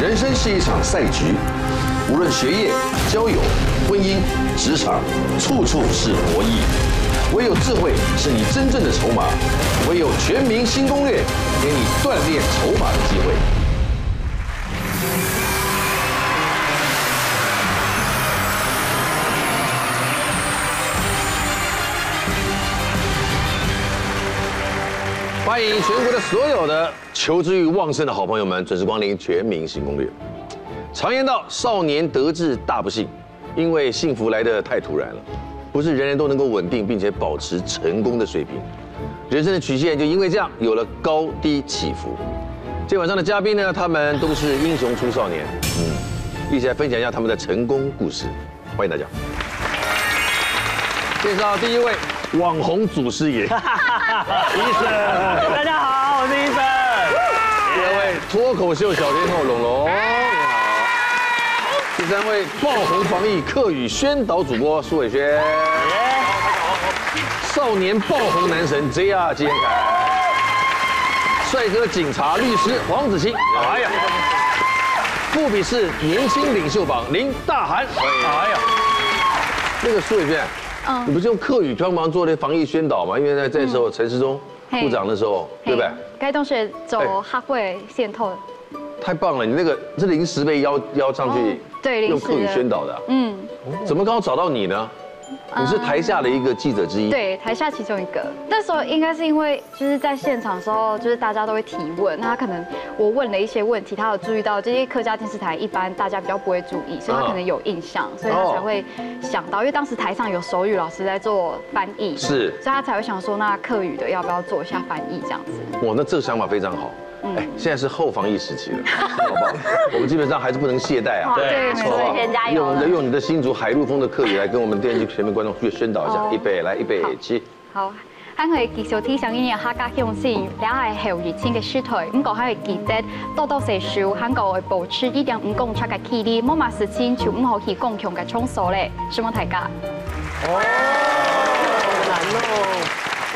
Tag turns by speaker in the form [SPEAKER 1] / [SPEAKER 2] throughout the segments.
[SPEAKER 1] 人生是一场赛局，无论学业、交友、婚姻、职场，处处是博弈。唯有智慧是你真正的筹码，唯有全民新攻略，给你锻炼筹码的机会。欢迎全国的所有的求知欲旺盛的好朋友们，准时光临《全明星攻略》。常言道，少年得志大不幸，因为幸福来得太突然了，不是人人都能够稳定并且保持成功的水平。人生的曲线就因为这样有了高低起伏。今晚上的嘉宾呢，他们都是英雄出少年，嗯，一起来分享一下他们的成功故事。欢迎大家。介绍第一位网红祖师爷，医生。
[SPEAKER 2] 大家好，我是医生。
[SPEAKER 1] 第二位脱口秀小天后龙龙，你好。第三位爆红防疫课语宣导主播苏伟轩，少年爆红男神 JR 金凯，帅哥警察律师黄子欣，哎呀，富比士年轻领袖榜林大涵，哎呀，那个苏伟轩，
[SPEAKER 3] 嗯
[SPEAKER 1] 你不是用课语帮忙做那防疫宣导吗？因为在这时候陈时中
[SPEAKER 3] 嘿
[SPEAKER 1] 部长的时候，对不对？
[SPEAKER 3] 该同学走
[SPEAKER 1] 哎
[SPEAKER 3] 哈会线透，
[SPEAKER 1] 太棒了！你那个是临时被邀邀上去
[SPEAKER 3] 哦，对临时
[SPEAKER 1] 用
[SPEAKER 3] 的
[SPEAKER 1] 课语宣导的啊、
[SPEAKER 3] 嗯，
[SPEAKER 1] 怎么刚好找到你呢？你是台下的一个记者之一，，
[SPEAKER 3] 对，台下其中一个。那时候应该是因为就是在现场的时候，就是大家都会提问，那他可能我问了一些问题，他有注意到，就是客家电视台一般大家比较不会注意，所以他
[SPEAKER 1] 嗯
[SPEAKER 3] 可能有印象，所以他
[SPEAKER 1] 哦
[SPEAKER 3] 才会想到，因为当时台上有手语老师在做翻译，
[SPEAKER 1] 是
[SPEAKER 3] 所以他才会想说，那客语的要不要做一下翻译这样子？
[SPEAKER 1] 哇，那这个想法非常好。
[SPEAKER 3] 嗯
[SPEAKER 1] 哎，现在是后防疫时期了，好 不好？我们基本上还是不能懈怠啊。
[SPEAKER 2] 对
[SPEAKER 3] 对，
[SPEAKER 2] 没
[SPEAKER 3] 没
[SPEAKER 2] 错
[SPEAKER 3] 错。
[SPEAKER 4] 所以先加油
[SPEAKER 1] 用你的
[SPEAKER 4] 了。
[SPEAKER 1] 用你的新竹海陆丰的课语来跟我们电视机前面观众去宣导一
[SPEAKER 3] 哦
[SPEAKER 1] 下，预备来预备
[SPEAKER 3] 好
[SPEAKER 1] 起。
[SPEAKER 3] 好，啊喺佢嘅技術天上依然客家用線，也係後熱天嘅雪台，咁講喺佢記得多多少少喺國外保持一點五公尺嘅距離，冇嘛事情就唔好去共用嘅場所咧，希望大家。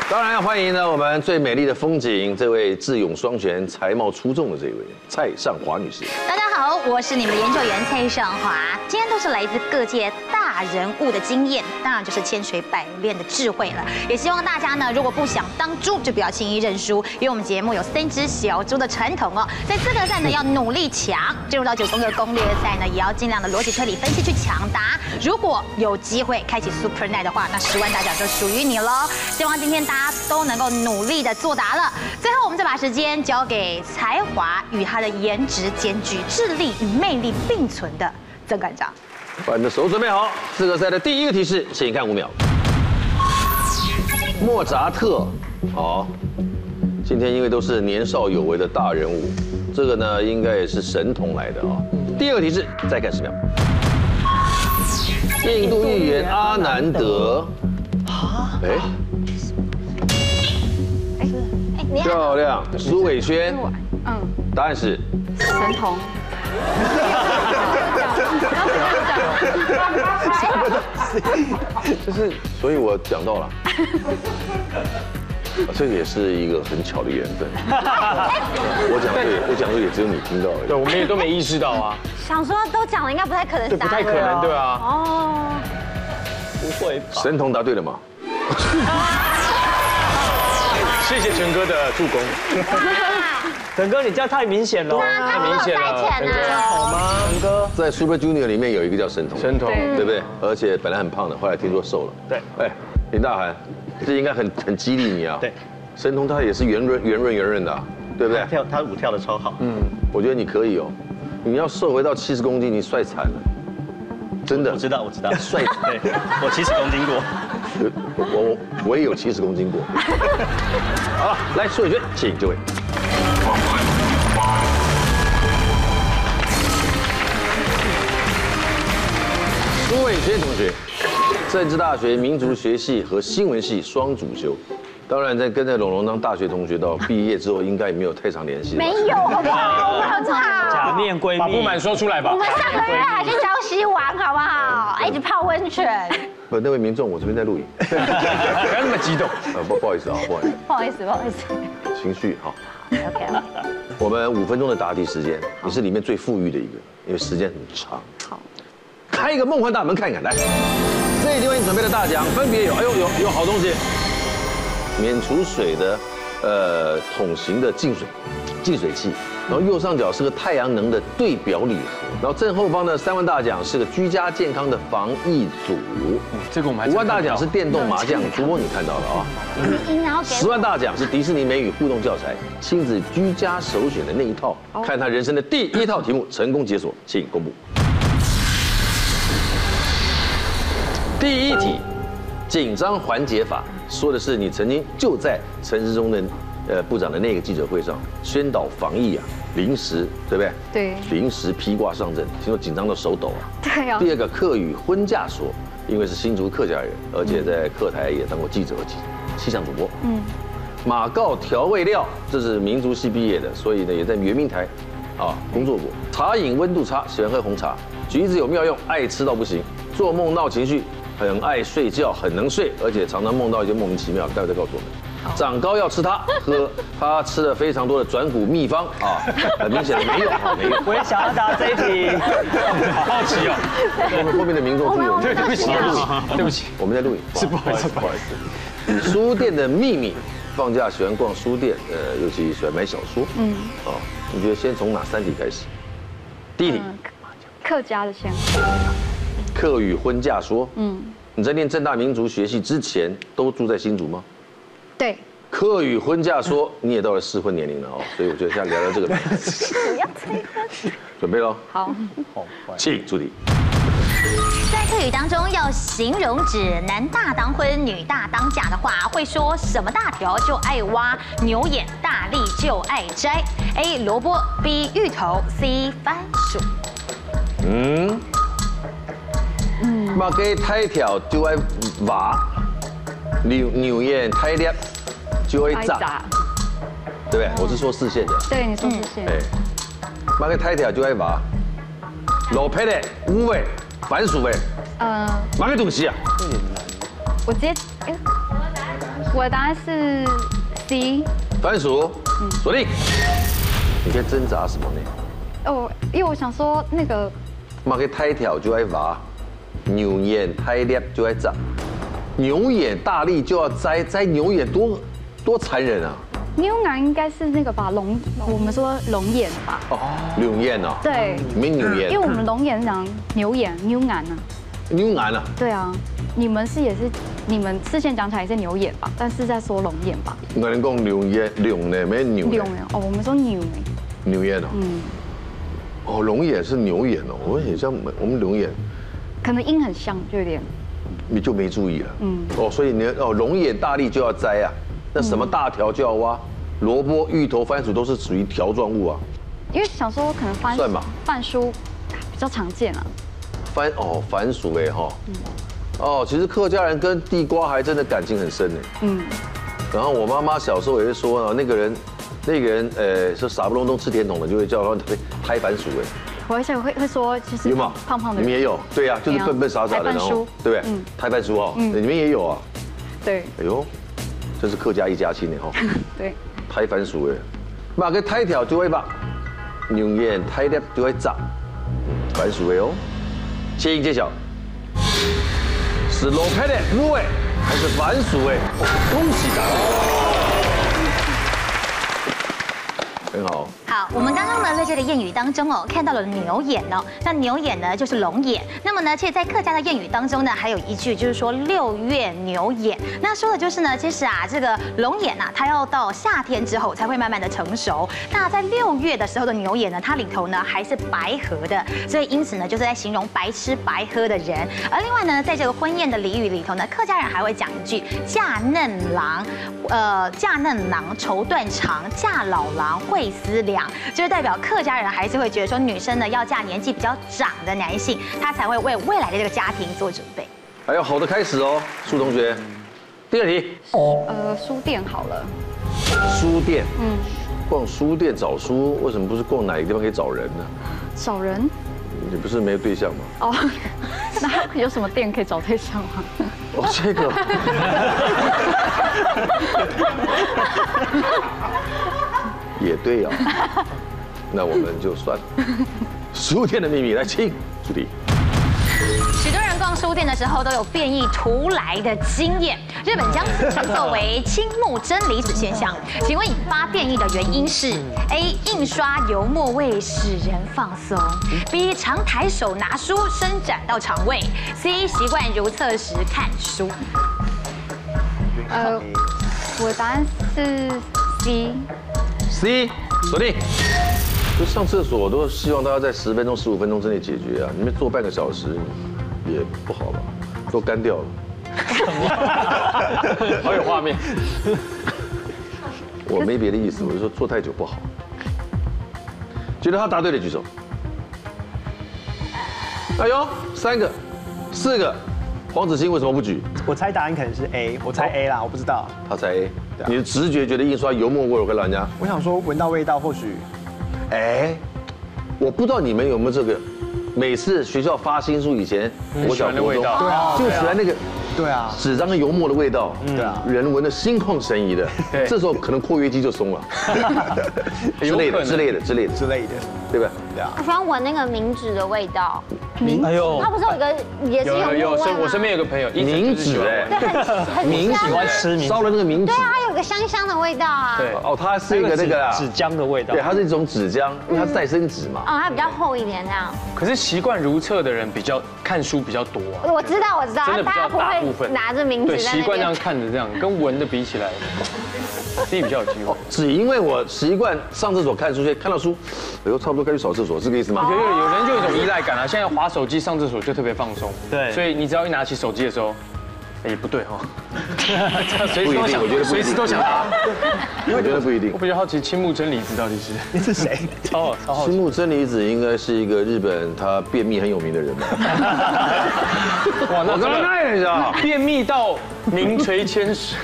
[SPEAKER 1] 当然要欢迎呢我们最美丽的风景，这位智勇双全、才貌出众的这一位蔡尚华女士。
[SPEAKER 4] 大家好，我是你们的研究员蔡尚华。今天都是来自各界大人物的经验，当然就是千锤百炼的智慧了。也希望大家呢，如果不想当猪，就不要轻易认输，因为我们节目有三只小猪的传统哦。在资格赛呢，要努力抢；进入到九宫格攻略赛呢，也要尽量的逻辑推理分析去抢答。如果有机会开启 Super Night 的话，那十万大奖就属于你喽。希望今天大家都能够努力的作答了。最后，我们再把时间交给才华与他的颜值兼具、智力与魅力并存的曾馆长。
[SPEAKER 1] 把你的手准备好。资格赛的第一个提示，请看五秒。莫扎特，好、今天因为都是年少有为的大人物，这个呢应该也是神童来的啊、第二个提示，再看十秒。印度议员阿南德，啊，哎，
[SPEAKER 4] 哎，你好，
[SPEAKER 1] 漂亮，苏伟轩，
[SPEAKER 3] 嗯，
[SPEAKER 1] 答案是
[SPEAKER 3] 神童。
[SPEAKER 1] 就是，所以我讲到了，啊这个也是一个很巧的缘分。我讲的也，我讲的也只有你听到而
[SPEAKER 5] 对，我们也都没意识到 啊，
[SPEAKER 4] 想说都讲了，应该不太可能
[SPEAKER 5] 对，不太可能，对啊。
[SPEAKER 4] 哦，
[SPEAKER 1] 已。神童答对了吗？
[SPEAKER 5] 谢谢陈哥的助攻，
[SPEAKER 2] 陈哥，你这样太明显了。哦
[SPEAKER 5] 太明显了，陈哥，
[SPEAKER 2] 好吗？陈哥，
[SPEAKER 1] 在 Super Junior 里面有一个叫神童，
[SPEAKER 5] 神童，
[SPEAKER 1] 对不对？而且本来很胖的，后来听说瘦了。
[SPEAKER 5] 对，
[SPEAKER 1] 哎，林大涵，这应该很很激励你啊。
[SPEAKER 6] 对，
[SPEAKER 1] 神童他也是圆润圆润圆润的啊，对不对？
[SPEAKER 6] 跳他舞跳的超好，嗯，
[SPEAKER 1] 我觉得你可以哦，你要瘦回到七十公斤，你帅惨了，真的。
[SPEAKER 6] 我知道，我知道，
[SPEAKER 1] 帅
[SPEAKER 6] 对，我七十公斤过，
[SPEAKER 1] 我呃我我也有七十公斤过。好了，来苏伟轩，请这位。苏伟轩同学，政治大学民族学系和新闻系双主修。当然，在跟在龙龙当大学同学到毕业之后，应该也没有太长联系了。
[SPEAKER 4] 没有，好不好？哎我 们
[SPEAKER 2] 假
[SPEAKER 4] 好，
[SPEAKER 2] 面闺
[SPEAKER 5] 把不
[SPEAKER 2] 蜜。
[SPEAKER 5] 满说出来吧
[SPEAKER 4] 我。们上个月还去礁溪玩，好不好？还一直泡温泉。
[SPEAKER 1] 不，呃那位民众，我这边在录影。
[SPEAKER 5] 不要那么激动，
[SPEAKER 1] 呃，不不好意思啊，不好意思。
[SPEAKER 4] 不好意思，不好意思。
[SPEAKER 1] 情绪好。
[SPEAKER 4] OK，
[SPEAKER 1] 我们五分钟的答题时间，你是里面最富裕的一个，因为时间很长。
[SPEAKER 4] 好，
[SPEAKER 1] 开一个梦幻大门看看，来，这一地方你准备的大奖分别有，哎呦，有有好东西，免储水的，呃，桶型的净水，净水器，然后右上角是个太阳能的对表礼盒，然后正后方的三万大奖是个居家健康的防疫组，
[SPEAKER 5] 这个我们还
[SPEAKER 1] 五
[SPEAKER 5] 真
[SPEAKER 1] 万大
[SPEAKER 5] 看不
[SPEAKER 1] 奖
[SPEAKER 5] 到
[SPEAKER 1] 是电动麻将桌，你看到了啊。
[SPEAKER 5] 嗯然后
[SPEAKER 1] 十万大奖是迪士尼美语互动教材，亲子居家首选的那一套，看他人生的第一套题目成功解锁，请公布。第一题，紧张缓解法说的是你曾经就在陈时中的呃部长的那个记者会上宣导防疫啊，临时对不对？
[SPEAKER 3] 对
[SPEAKER 1] 临时披挂上阵，听说紧张到手抖啊。
[SPEAKER 3] 对啊
[SPEAKER 1] 第二个客语婚嫁说，因为是新竹客家人，而且在客台也当过记者和气气象主播。嗯，马告调味料，这是民族系毕业的，所以呢也在圆明台啊工作过。茶饮温度差，喜欢喝红茶。橘子有妙用，爱吃到不行。做梦闹情绪，很爱睡觉，很能睡，而且常常梦到一些莫名其妙，待会再告诉我们。长高要吃它，喝它吃了非常多的转骨秘方啊，很明显的没用啊，没用。
[SPEAKER 2] 我也想要答这一题，
[SPEAKER 5] 好 好奇 哦，
[SPEAKER 1] 我们后面的民众注意我们，
[SPEAKER 5] 对对不
[SPEAKER 1] 我们
[SPEAKER 5] 起
[SPEAKER 1] 在录影
[SPEAKER 5] 对不起，
[SPEAKER 1] 我们在录影，
[SPEAKER 5] 是不好意思，不好意思。
[SPEAKER 1] 书店的秘密。放假喜欢逛书店，呃，尤其喜欢买小说。嗯，哦，你觉得先从哪三题开始？第一题，
[SPEAKER 3] 客家的先，
[SPEAKER 1] 客语婚嫁说。嗯
[SPEAKER 3] 嗯，
[SPEAKER 1] 你在念正大民族学系之前都住在新竹吗？
[SPEAKER 3] 对，
[SPEAKER 1] 客语婚嫁 说你也到了适婚年龄了哦，所以我觉得现在聊聊 这个。不要催婚。准备喽，
[SPEAKER 3] 好，
[SPEAKER 1] 请助理。
[SPEAKER 4] 在客语当中要形容指男大当婚、女大当嫁的话，会说什么大条就爱挖，牛眼大力就爱摘。A. 萝卜 B. 芋头 C. 番薯。
[SPEAKER 1] 嗯，目鸡太条就爱挖，牛牛眼太裂就会炸，对不对？我是说视线的，
[SPEAKER 3] 对，你说这些，
[SPEAKER 1] 哎，目鸡太条就爱挖，老皮的乌味、番薯味，
[SPEAKER 3] 嗯、
[SPEAKER 1] 哪个东西啊？
[SPEAKER 3] 我直接，哎我的答案是 C，
[SPEAKER 1] 番薯，锁定。你在挣扎什么呢？
[SPEAKER 3] 哦，因为我想说那个
[SPEAKER 1] 目鸡太条就爱挖，牛眼太裂就爱炸，牛眼大力就要摘，摘牛眼多多残忍啊！
[SPEAKER 3] 牛腩应该是那个吧，龙，我们说龙眼吧，
[SPEAKER 1] 哦，牛眼啊。
[SPEAKER 3] 对，
[SPEAKER 1] 没牛
[SPEAKER 3] 因为
[SPEAKER 1] 眼，
[SPEAKER 3] 我们龙眼讲牛眼牛腩啊，
[SPEAKER 1] 牛腩啊，
[SPEAKER 3] 对啊，你们是也是你们之前讲起来是牛眼吧，但是在说龙眼吧，
[SPEAKER 1] 我人讲牛眼，牛呢没牛
[SPEAKER 3] 牛
[SPEAKER 1] 呢，
[SPEAKER 3] 眼哦，我们说牛哎，
[SPEAKER 1] 牛眼哦，
[SPEAKER 3] 嗯，
[SPEAKER 1] 哦龙眼是牛眼哦，我很像我们龙眼，
[SPEAKER 3] 可能音很像，就有点
[SPEAKER 1] 你就没注意了，嗯
[SPEAKER 3] 嗯，
[SPEAKER 1] 哦，所以你哦龙眼大力就要摘啊，那什么大条就要挖，
[SPEAKER 3] 嗯
[SPEAKER 1] 萝卜、芋头、番薯都是属于条状物啊，
[SPEAKER 3] 因为想说可能番
[SPEAKER 1] 算吧
[SPEAKER 3] 番薯比较常见啊，
[SPEAKER 1] 番哦番薯哎哈，哦，其实客家人跟地瓜还真的感情很深呢，欸
[SPEAKER 3] 嗯，
[SPEAKER 1] 然后我妈妈小时候也是说啊，那个人，那个人呃是傻不隆咚吃甜筒的，就会叫他拍番薯哎。
[SPEAKER 3] 我而且会会说就是
[SPEAKER 1] 有吗？
[SPEAKER 3] 胖胖的
[SPEAKER 1] 你们
[SPEAKER 3] 人，
[SPEAKER 1] 也有，对呀、就是
[SPEAKER 3] 对啊
[SPEAKER 1] 笨笨傻傻的，
[SPEAKER 3] 台
[SPEAKER 1] 然
[SPEAKER 3] 饭
[SPEAKER 1] 后
[SPEAKER 3] 书
[SPEAKER 1] 对不对
[SPEAKER 3] 嗯？
[SPEAKER 1] 台饭书哦，
[SPEAKER 3] 嗯
[SPEAKER 1] 你们也有啊？
[SPEAKER 3] 对
[SPEAKER 1] 哎呦，真是客家一家亲欸呢哈，
[SPEAKER 3] 对，
[SPEAKER 1] 台番薯哎，马个台条就会吧，牛眼台粒就会炸，番薯哎哦，谢英揭晓，是罗佩的木哎，还是番薯哎？恭喜答对，很好。
[SPEAKER 4] 好，我们刚刚呢在这个谚语当中哦，看到了牛眼哦，那牛眼呢就是龙眼。那么呢，其实，在客家的谚语当中呢，还有一句就是说六月牛眼，那说的就是呢，其实啊，这个龙眼啊，它要到夏天之后才会慢慢的成熟。那在六月的时候的牛眼呢，它里头呢还是白核的，所以因此呢，就是在形容白吃白喝的人。而另外呢，在这个婚宴的俚语里头呢，客家人还会讲一句嫁嫩郎，呃，嫁嫩郎绸缎长，嫁老郎会思量，就是代表客家人还是会觉得说，女生呢要嫁年纪比较长的男性，她才会为未来的这个家庭做准备。
[SPEAKER 1] 还有好的开始哦，苏同学。第二题，
[SPEAKER 3] 呃，书店好了，
[SPEAKER 1] 书店。
[SPEAKER 3] 嗯，
[SPEAKER 1] 逛书店找书，为什么不是逛哪个地方可以找人呢？
[SPEAKER 3] 找人
[SPEAKER 1] 你不是没有对象吗？
[SPEAKER 3] 哦， 那有什么店可以找对象吗？
[SPEAKER 1] 哦，这个。 也对呀、哦那我们就算了。书店的秘密，来请主题。
[SPEAKER 4] 许多人逛书店的时候都有变异图来的经验，日本将此称作为青木真离子现象。请问引发变异的原因是：A.
[SPEAKER 5] 嗯
[SPEAKER 4] 印刷油墨味使人放松；B. 常抬手拿书伸展到肠胃；C. 习惯如厕时看书。
[SPEAKER 3] 呃，我答案是 C。
[SPEAKER 1] C 锁定。就上厕所都希望大家在十分钟、十五分钟之内解决啊，你们坐半个小时也不好吧，都干掉了。
[SPEAKER 5] 好 有画面。
[SPEAKER 1] 我没别的意思，我是说坐太久不好。觉得他答对的举手。哎呦，三个，四个，黄子欣为什么不举？哦
[SPEAKER 7] 我猜答案可能是 A，我猜 A 啦，我不知道。啊
[SPEAKER 1] 他才 A。你的直觉觉得印刷油墨味儿会让人家，
[SPEAKER 7] 我想说闻到味道或许
[SPEAKER 1] 哎，我不知道你们有没有这个，每次学校发新书以前，
[SPEAKER 7] 嗯
[SPEAKER 1] 我
[SPEAKER 5] 喜欢的
[SPEAKER 1] 国
[SPEAKER 5] 味
[SPEAKER 1] 中
[SPEAKER 5] 道
[SPEAKER 7] 对啊
[SPEAKER 1] 就喜欢那个。
[SPEAKER 7] 对啊，
[SPEAKER 1] 纸张跟油墨的味道，
[SPEAKER 7] 对啊
[SPEAKER 1] 人闻得心旷神怡的，
[SPEAKER 5] 对
[SPEAKER 1] 这时候可能括约肌 就松了，之类的之类的之类的，
[SPEAKER 7] 之类的。
[SPEAKER 1] 对不对？
[SPEAKER 8] 我喜欢闻那个冥纸的味道，
[SPEAKER 2] 哎呦
[SPEAKER 8] 它，不是有一个也是
[SPEAKER 5] 有啊有
[SPEAKER 8] 有
[SPEAKER 5] 有，
[SPEAKER 8] 木味
[SPEAKER 5] 身
[SPEAKER 8] 吗？
[SPEAKER 5] 我身边有个朋友，一整
[SPEAKER 1] 冥
[SPEAKER 5] 就是喜
[SPEAKER 1] 纸
[SPEAKER 5] 欢
[SPEAKER 2] 欸
[SPEAKER 1] 哎，
[SPEAKER 8] 对很很
[SPEAKER 1] 冥
[SPEAKER 8] 香
[SPEAKER 1] 纸
[SPEAKER 2] 喜欢
[SPEAKER 8] 啊，
[SPEAKER 2] 吃冥纸
[SPEAKER 1] 烧了那个冥纸
[SPEAKER 8] 对，啊，它有个香香的味道啊。
[SPEAKER 5] 对
[SPEAKER 1] 哦，它是一个那个啊，
[SPEAKER 2] 纸浆的味道
[SPEAKER 1] 对，，它是一种纸浆，因为它是再生纸嘛。
[SPEAKER 8] 哦，它比较厚一点这样。
[SPEAKER 5] 可是习惯如厕的人比较看书比较多啊，
[SPEAKER 8] 我知道，我知道，
[SPEAKER 5] 真的比
[SPEAKER 8] 大
[SPEAKER 5] 较
[SPEAKER 8] 家不
[SPEAKER 5] 大部
[SPEAKER 8] 会
[SPEAKER 5] 分
[SPEAKER 8] 拿着名
[SPEAKER 5] 对
[SPEAKER 8] 字在
[SPEAKER 5] 习
[SPEAKER 8] 那
[SPEAKER 5] 惯这样
[SPEAKER 8] 边。
[SPEAKER 5] 看着这样，跟闻的比起来，你比较有机 会。
[SPEAKER 1] 哦只因为我习惯上厕所看书，所以看到书，哎呦，差不多该去扫厕所，是这个意思吗？
[SPEAKER 5] 有有有人就有一种依赖感啊，现在滑手机上厕所就特别放松，
[SPEAKER 2] 对
[SPEAKER 5] 所以你只要一拿起手机的时候，哎也不对 哈，随
[SPEAKER 1] 不一
[SPEAKER 5] 时都
[SPEAKER 1] 定，我觉得
[SPEAKER 5] 想，
[SPEAKER 1] 不一
[SPEAKER 5] 随
[SPEAKER 1] 定
[SPEAKER 5] 时都想拿。
[SPEAKER 1] 我觉得不一定
[SPEAKER 5] 我。比较好奇青木真理子到底是
[SPEAKER 7] 你是谁？
[SPEAKER 5] 超好超好
[SPEAKER 1] 青
[SPEAKER 5] 奇，
[SPEAKER 1] 木真离子应该是一个日本，他便秘很有名的 人吧？
[SPEAKER 5] 哇，
[SPEAKER 1] 我
[SPEAKER 5] 那
[SPEAKER 1] 刚刚
[SPEAKER 5] 真
[SPEAKER 1] 那也是啊
[SPEAKER 5] 的，便秘到名垂 千史，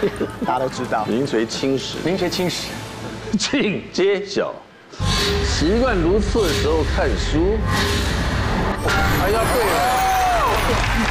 [SPEAKER 7] 大家都知道。
[SPEAKER 1] 名垂青史。
[SPEAKER 5] 名垂青史。
[SPEAKER 1] 请揭晓。习惯如厕的时候看书。哎呀，对了，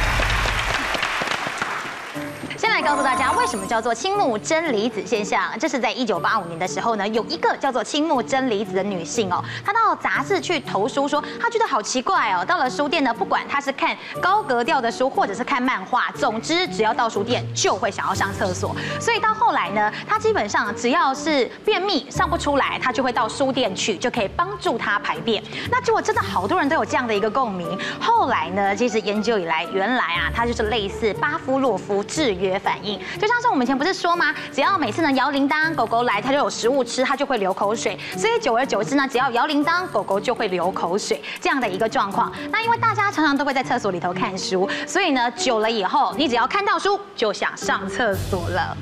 [SPEAKER 4] 先来告诉大家为什么叫做青木真离子现象。这是在一九八五年的时候呢，有一个叫做青木真离子的女性哦，她到杂志去投书说，她觉得好奇怪哦。到了书店呢，不管她是看高格调的书，或者是看漫画，总之只要到书店就会想要上厕所。所以到后来呢，她基本上只要是便秘上不出来，她就会到书店去，就可以帮助她排便。那结果真的好多人都有这样的一个共鸣。后来呢，其实研究以来，原来啊，它就是类似巴夫洛夫制约反应。就像是我们以前不是说吗？只要每次呢摇铃铛，狗狗来它就有食物吃，它就会流口水。所以久而久之呢，只要摇铃铛，狗狗就会流口水这样的一个状况。那因为大家常常都会在厕所里头看书，所以呢，久了以后，你只要看到书就想上厕所了。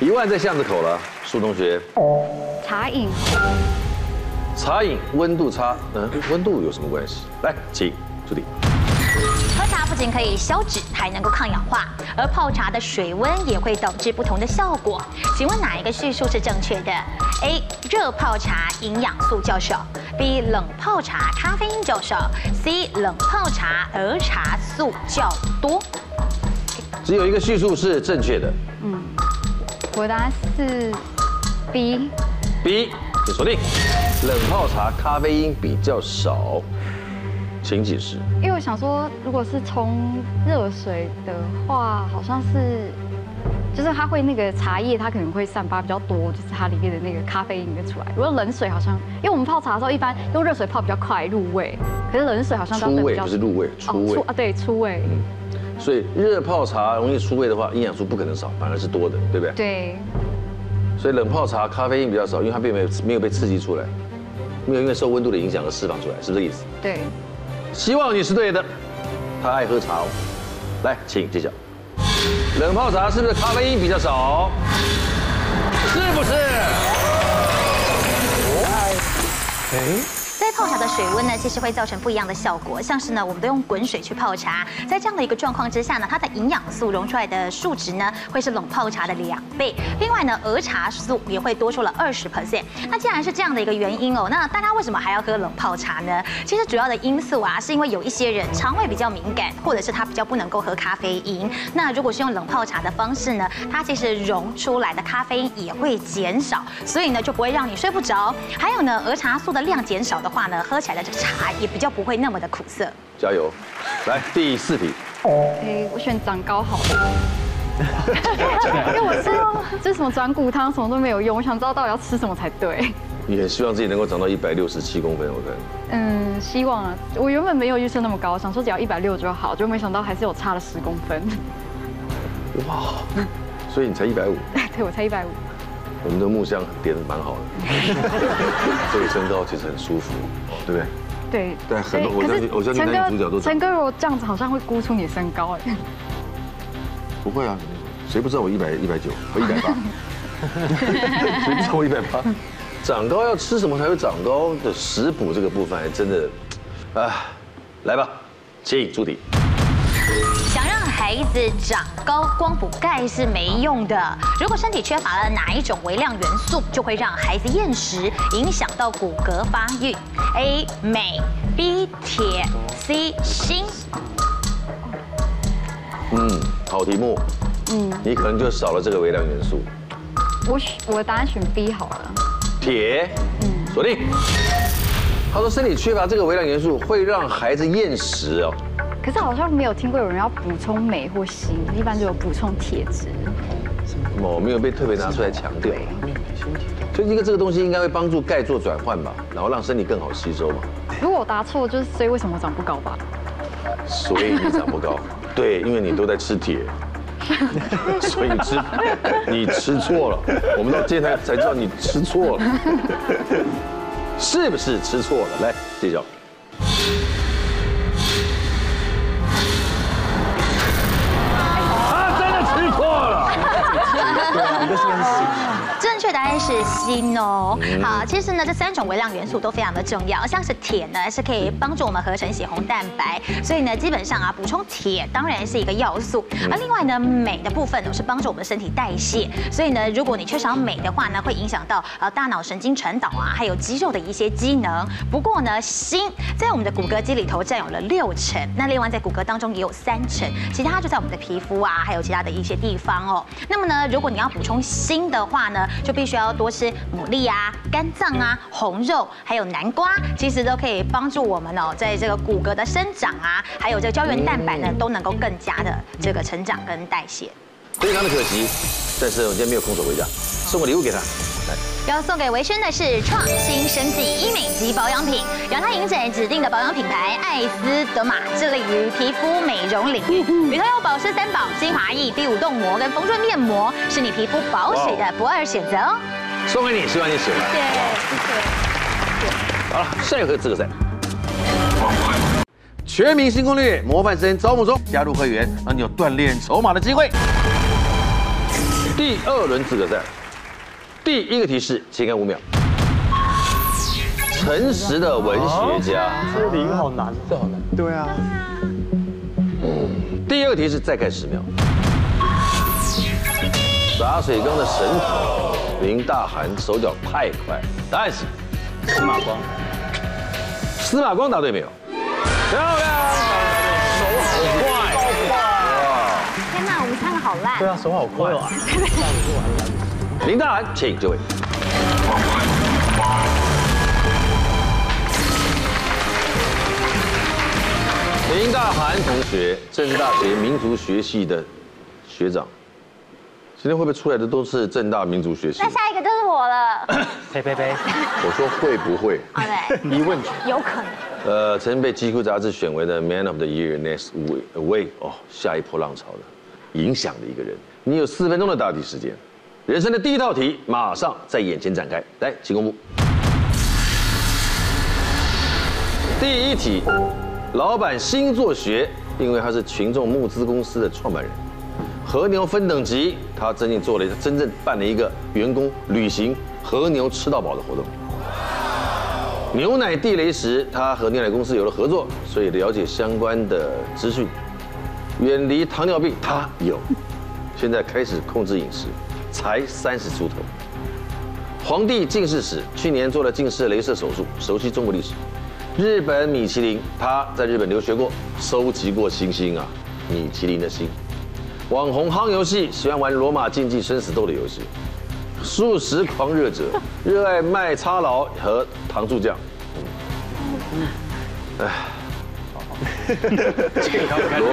[SPEAKER 1] 一万在巷子口了，苏同学。
[SPEAKER 3] 茶饮，
[SPEAKER 1] 茶饮温度差，嗯，温度有什么关系？来，请助理。
[SPEAKER 4] 喝茶不仅可以消脂，还能够抗氧化，而泡茶的水温也会导致不同的效果。请问哪一个叙述是正确的？A. 热泡茶营养素较少，B. 冷泡茶咖啡因较少，C. 冷泡茶儿茶素较多。
[SPEAKER 1] 只有一个叙述是正确的
[SPEAKER 3] 我答案是 B。
[SPEAKER 1] ，B，请锁定。冷泡茶咖啡因比较少，请解释。
[SPEAKER 3] 因为我想说，如果是冲热水的话，好像是，就是它会那个茶叶，它可能会散发比较多，就是它里面的那个咖啡因会出来。如果冷水好像，因为我们泡茶的时候一般用热水泡比较快入味，可是冷水好像
[SPEAKER 1] 嗯
[SPEAKER 3] 相
[SPEAKER 1] 出
[SPEAKER 3] 对比
[SPEAKER 1] 味
[SPEAKER 3] 较
[SPEAKER 1] 不是入味，
[SPEAKER 3] 哦
[SPEAKER 1] 出味。嗯
[SPEAKER 3] 啊对出味，
[SPEAKER 1] 所以热泡茶容易出味的话，营养素不可能少，反而是多的，对不对？
[SPEAKER 3] 对
[SPEAKER 1] 所以冷泡茶咖啡因比较少，因为它并没有没有被刺激出来，没有因为受温度的影响而释放出来，是不是这个意思？
[SPEAKER 3] 对。
[SPEAKER 1] 希望你是对的。他爱喝茶哦。来，请揭晓。冷泡茶是不是咖啡因比较少？是不是？
[SPEAKER 4] 在泡茶的水温呢，其实会造成不一样的效果。像是呢，我们都用滚水去泡茶，在这样的一个状况之下呢，它的营养素溶出来的数值呢，会是冷泡茶的两倍。另外呢，儿茶素也会多出了二十 percent。那既然是这样的一个原因哦，那大家为什么还要喝冷泡茶呢？其实主要的因素啊，是因为有一些人肠胃比较敏感，或者是他比较不能够喝咖啡因。那如果是用冷泡茶的方式呢，它其实溶出来的咖啡因也会减少，所以呢就不会让你睡不着。还有呢，儿茶素的量减少的话呢，喝起来的这个茶也比较不会那么的苦涩。
[SPEAKER 1] 加油！来第四题，
[SPEAKER 3] 哎，我选长高好 了。因为我知道这什么转骨汤什么都没有用，我想知道到底要吃什么才对。
[SPEAKER 1] 你很希望自己能够长到一百六十七公分，我看
[SPEAKER 3] 嗯，希望啊，我原本没有预测那么高，想说只要一百六就好，就没想到还是有差了十公分。
[SPEAKER 1] 所以你才一百五，
[SPEAKER 3] 对我才一百五，
[SPEAKER 1] 我们的木箱叠的蛮好 的，这个身高其实很舒服，对不对？
[SPEAKER 3] 对
[SPEAKER 1] 对很多
[SPEAKER 3] 所
[SPEAKER 1] 我
[SPEAKER 3] 以
[SPEAKER 1] 相信
[SPEAKER 3] 可是
[SPEAKER 1] 我相信
[SPEAKER 3] 陈
[SPEAKER 1] 男女主角都
[SPEAKER 3] 哥，陈哥如果这样子好像会估出你身高哎。
[SPEAKER 1] 不会啊，谁不知道我一百一百九和一百八？ 谁不知道我一百八？长高要吃什么才会长高的食谱这个部分还真的，啊，来吧，请朱迪。
[SPEAKER 4] 想让孩子长高，光补钙是没用的。如果身体缺乏了哪一种微量元素，就会让孩子厌食，影响到骨骼发育。A 镁，B 铁，C 锌。
[SPEAKER 1] 嗯，好题目。嗯，你可能就少了这个微量元素，
[SPEAKER 3] 我选我的答案选 B 好了。
[SPEAKER 1] 铁。锁定。他说身体缺乏这个微量元素会让孩子厌食哦。
[SPEAKER 3] 可是好像没有听过有人要补充镁或锌，一般就有补充铁质。
[SPEAKER 1] 我哦没有被特别拿出来强调。所以一个这个东西应该会帮助钙做转换吧，然后让身体更好吸收嘛。
[SPEAKER 3] 如果我答错，就是所以为什么我长不高吧？
[SPEAKER 1] 啊所以你长不高。对，因为你都在吃铁， 所以你吃你吃错了。我们到今天才才知道你吃错了，是不是吃错了？来，揭晓。
[SPEAKER 4] 正确答案是锌哦。好，其实呢，这三种微量元素都非常的重要，像是铁呢是可以帮助我们合成血红蛋白，所以呢，基本上啊，补充铁当然是一个要素。而另外呢，镁的部分呢是帮助我们身体代谢，所以呢，如果你缺少镁的话呢，会影响到呃大脑神经传导啊，还有肌肉的一些机能。不过呢，锌在我们的骨骼肌里头占有了六成，那另外在骨骼当中也有三成，其他就在我们的皮肤啊，还有其他的一些地方哦。那么呢，如果你要补充锌的话呢，就必须要多吃牡蛎啊、肝脏啊、红肉，还有南瓜，其实都可以帮助我们哦，在这个骨骼的生长啊，还有这个胶原蛋白呢，都能够更加的这个成长跟代谢。
[SPEAKER 1] 非常的可惜，但是我今天没有空手回家，送个礼物给他。
[SPEAKER 4] 要送给维轩的是创新生技医美及保养品，让它迎展指定的保养品牌艾斯德玛，致力于皮肤美容领
[SPEAKER 5] 嗯
[SPEAKER 4] 域。里头有保湿三宝、精华液、第五冻膜跟丰润面膜，是你皮肤保水的不二选择哦。
[SPEAKER 1] 送给你，希望你喜欢。
[SPEAKER 4] 对，谢谢。
[SPEAKER 1] 好了，下一回合资格赛。全明星攻略模范生招募中，加入会员让你有锻炼筹码的机会。第二轮资格赛，第一个提示，请看五秒。诚实的文学家。
[SPEAKER 7] 这个领域好难，这好难。对啊，
[SPEAKER 1] 第二个提示，再看十秒。洒水缸的神童林大涵手脚太快，答案是
[SPEAKER 6] 司马光，
[SPEAKER 1] 司马光答对没有？漂亮，手很快。
[SPEAKER 8] 天哪，我们三个好烂。
[SPEAKER 7] 对啊，手好快啊。
[SPEAKER 1] 林大涵，请就位。林大涵同学，政治大学民族学系的学长，今天会不会出来的都是政大民族学系
[SPEAKER 8] 那？下一个就是 我了。
[SPEAKER 2] 呸呸呸！
[SPEAKER 1] 我说会不 会？
[SPEAKER 8] 好嘞，
[SPEAKER 6] 疑问
[SPEAKER 8] 有可能。
[SPEAKER 1] 呃，曾被《GQ》杂志选为的 Man of the Year Next Way 哦，下一波浪潮的影响的一个人。你有四分钟的答题时间，人生的第一道题马上在眼前展开。来，请公布。第一题，老板星座学，因为他是群众募资公司的创办人。和牛分等级，他真正做了一，真正办了一个员工旅行和牛吃到饱的活动。牛奶地雷时，他和牛奶公司有了合作，所以了解相关的资讯，远离糖尿病，他有，现在开始控制饮食，才三十出头。皇帝近视时，去年做了近视雷射手术，熟悉中国历史。日本米其林，他在日本留学过，收集过星星啊，米其林的星。网红夯游戏喜欢玩罗马竞技生死斗的游戏，素食狂热者，热爱麦叉劳和糖醋酱。哎，罗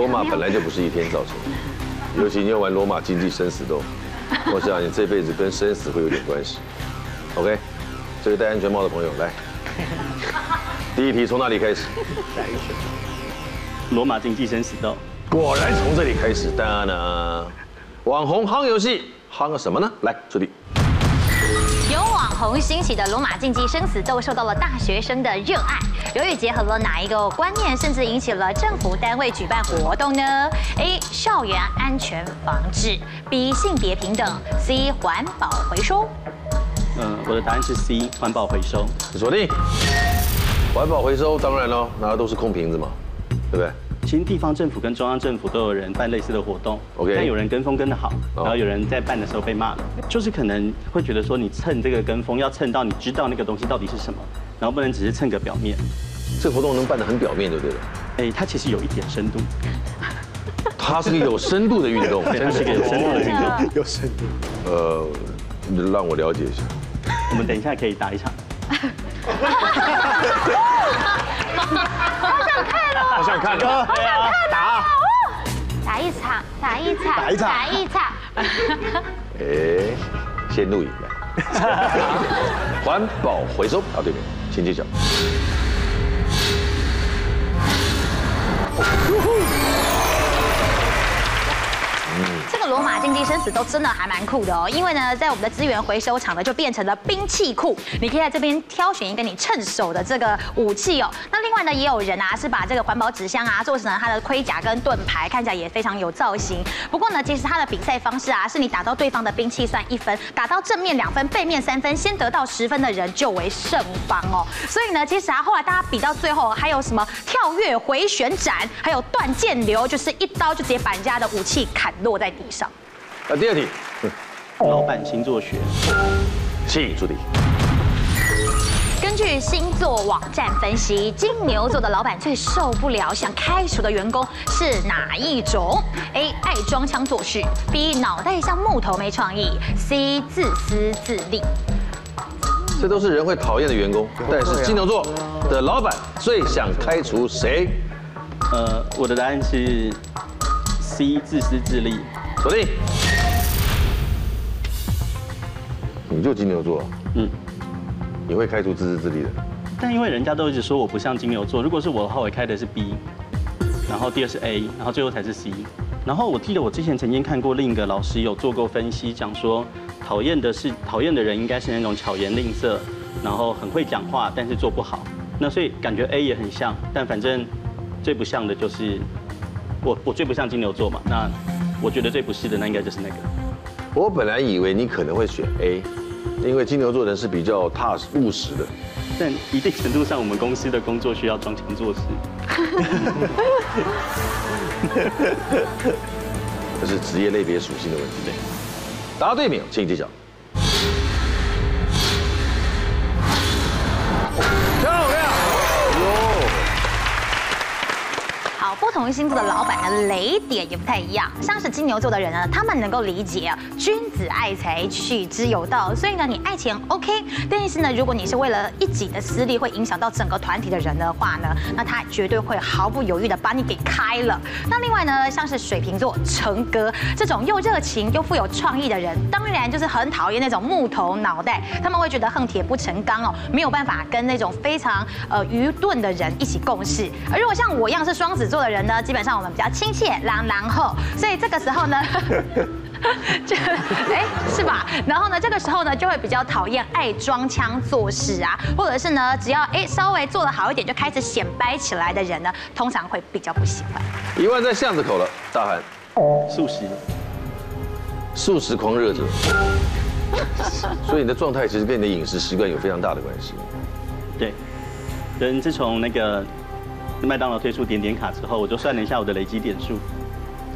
[SPEAKER 1] 罗马本来就不是一天造成的，尤其你要玩罗马竞技生死斗，我想你这辈子跟生死会有点关系。OK，这位戴安全帽的朋友来，第一题从哪里开始？
[SPEAKER 6] 罗马竞技生死斗，
[SPEAKER 1] 果然从这里开始。当当，网红夯游戏夯个什么呢？来，出题。
[SPEAKER 4] 由网红兴起的罗马竞技生死斗受到了大学生的热爱。由于结合了哪一个观念，甚至引起了政府单位举办活动呢？A. 校园安全防治；B. 性别平等；C. 环保回收。
[SPEAKER 6] 嗯，我的答案是 C，环保回收。
[SPEAKER 1] 锁定。环保回收，当然喽，拿的都是空瓶子嘛，对不对？
[SPEAKER 6] 其实地方政府跟中央政府都有人办类似的活动
[SPEAKER 1] OK
[SPEAKER 6] 但有人跟风跟得好，
[SPEAKER 1] 哦
[SPEAKER 6] 然后有人在办的时候被骂了，就是可能会觉得说你蹭这个跟风要蹭到你知道那个东西到底是什么，然后不能只是蹭个表面。
[SPEAKER 1] 这个活动能办得很表面，对不对 了？
[SPEAKER 6] 哎，它其实有一点深度，
[SPEAKER 1] 它是个有深度的运 动，
[SPEAKER 6] 对，它
[SPEAKER 1] 真
[SPEAKER 6] 是
[SPEAKER 1] 是
[SPEAKER 6] 一个有深度的运动。
[SPEAKER 7] 有深度。
[SPEAKER 1] 呃，让我了解一下。
[SPEAKER 6] 我们等一下可以打一场。
[SPEAKER 5] 好想看啊！
[SPEAKER 8] 打一场，打一场，
[SPEAKER 7] 打一场
[SPEAKER 8] 打一场。
[SPEAKER 1] 哎，先录影来。 环保回收啊，对面，请揭晓。
[SPEAKER 4] 这个罗马竞技生死斗真的还蛮酷的哦，因为呢，在我们的资源回收场呢，就变成了兵器库，你可以在这边挑选一个你趁手的这个武器哦。那另外呢，也有人啊是把这个环保纸箱啊做成了他的盔甲跟盾牌，看起来也非常有造型。不过呢，其实它的比赛方式啊，是你打到对方的兵器算一分，打到正面两分，背面三分，先得到十分的人就为胜方哦。所以呢，其实啊，后来大家比到最后，还有什么跳跃、回旋斩，还有断剑流，就是一刀就直接把人家的武器砍落在地上。
[SPEAKER 1] 那第二题，
[SPEAKER 6] 老板星座学，
[SPEAKER 1] 请出题。
[SPEAKER 4] 根据星座网站分析，金牛座的老板最受不了想开除的员工是哪一种？A. 爱装腔作势；B. 脑袋像木头没创意；C. 自私自利。
[SPEAKER 1] 这都是人会讨厌的员工，但是金牛座的老板最想开除谁？
[SPEAKER 6] 呃，我的答案是 C，自私自利。
[SPEAKER 1] 锁定。你就金牛座，啊
[SPEAKER 6] 嗯，
[SPEAKER 1] 你会开除自私自利的。
[SPEAKER 6] 但因为人家都一直说我不像金牛座，如果是我的话，我开的是 B，然后第二是 A，然后最后才是 C。然后我记得我之前曾经看过另一个老师有做过分析，讲说讨厌的是讨厌的人应该是那种巧言令色，然后很会讲话，但是做不好。那所以感觉 A 也很像，但反正最不像的就是我，我最不像金牛座嘛。那我觉得最不是的那应该就是那个。
[SPEAKER 1] 我本来以为你可能会选 A，因为金牛座人是比较踏实务实的。
[SPEAKER 6] 但一定程度上，我们公司的工作需要装腔作势。
[SPEAKER 1] 这是职业类别属性的问题。答对没有？请揭晓。
[SPEAKER 4] 好，不同星座的老板呢，雷点也不太一样。像是金牛座的人呢，他们能够理解啊君子爱财，取之有道。所以呢，你爱钱 OK，但是呢，如果你是为了一己的私利会影响到整个团体的人的话呢，那他绝对会毫不犹豫的把你给开了。那另外呢，像是水瓶座成哥这种又热情又富有创意的人，当然就是很讨厌那种木头脑袋，他们会觉得恨铁不成钢哦，没有办法跟那种非常呃愚钝的人一起共事。而如果像我一样是双子座的人呢，基本上我们比较亲切、朗朗后，所以这个时候呢。 就哎是吧？然后呢，这个时候呢就会比较讨厌爱装腔作势啊，或者是呢只要哎稍微做得好一点就开始显摆起来的人呢，通常会比较不喜欢。
[SPEAKER 1] 一万在巷子口了，大喊
[SPEAKER 6] 素食，
[SPEAKER 1] 素食狂热者。所以你的状态其实跟你的饮食习惯有非常大的关系。
[SPEAKER 6] 人自从那个麦当劳推出点点卡之后，我就算了一下我的累积点数。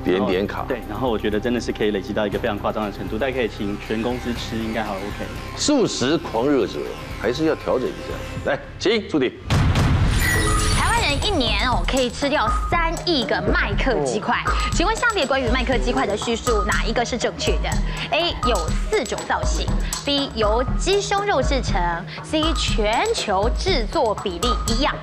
[SPEAKER 1] 点点卡，
[SPEAKER 6] 哦对，然后我觉得真的是可以累积到一个非常夸张的程度，大家可以请全公司吃，应该还 OK。
[SPEAKER 1] 素食狂热者还是要调整一下。来，请助理。
[SPEAKER 4] 台湾人一年哦可以吃掉三亿个麦克鸡块，请问下列关于麦克鸡块的叙述哪一个是正确的？A 有四种造型，B 由鸡胸肉制成，C 全球制作比例一样。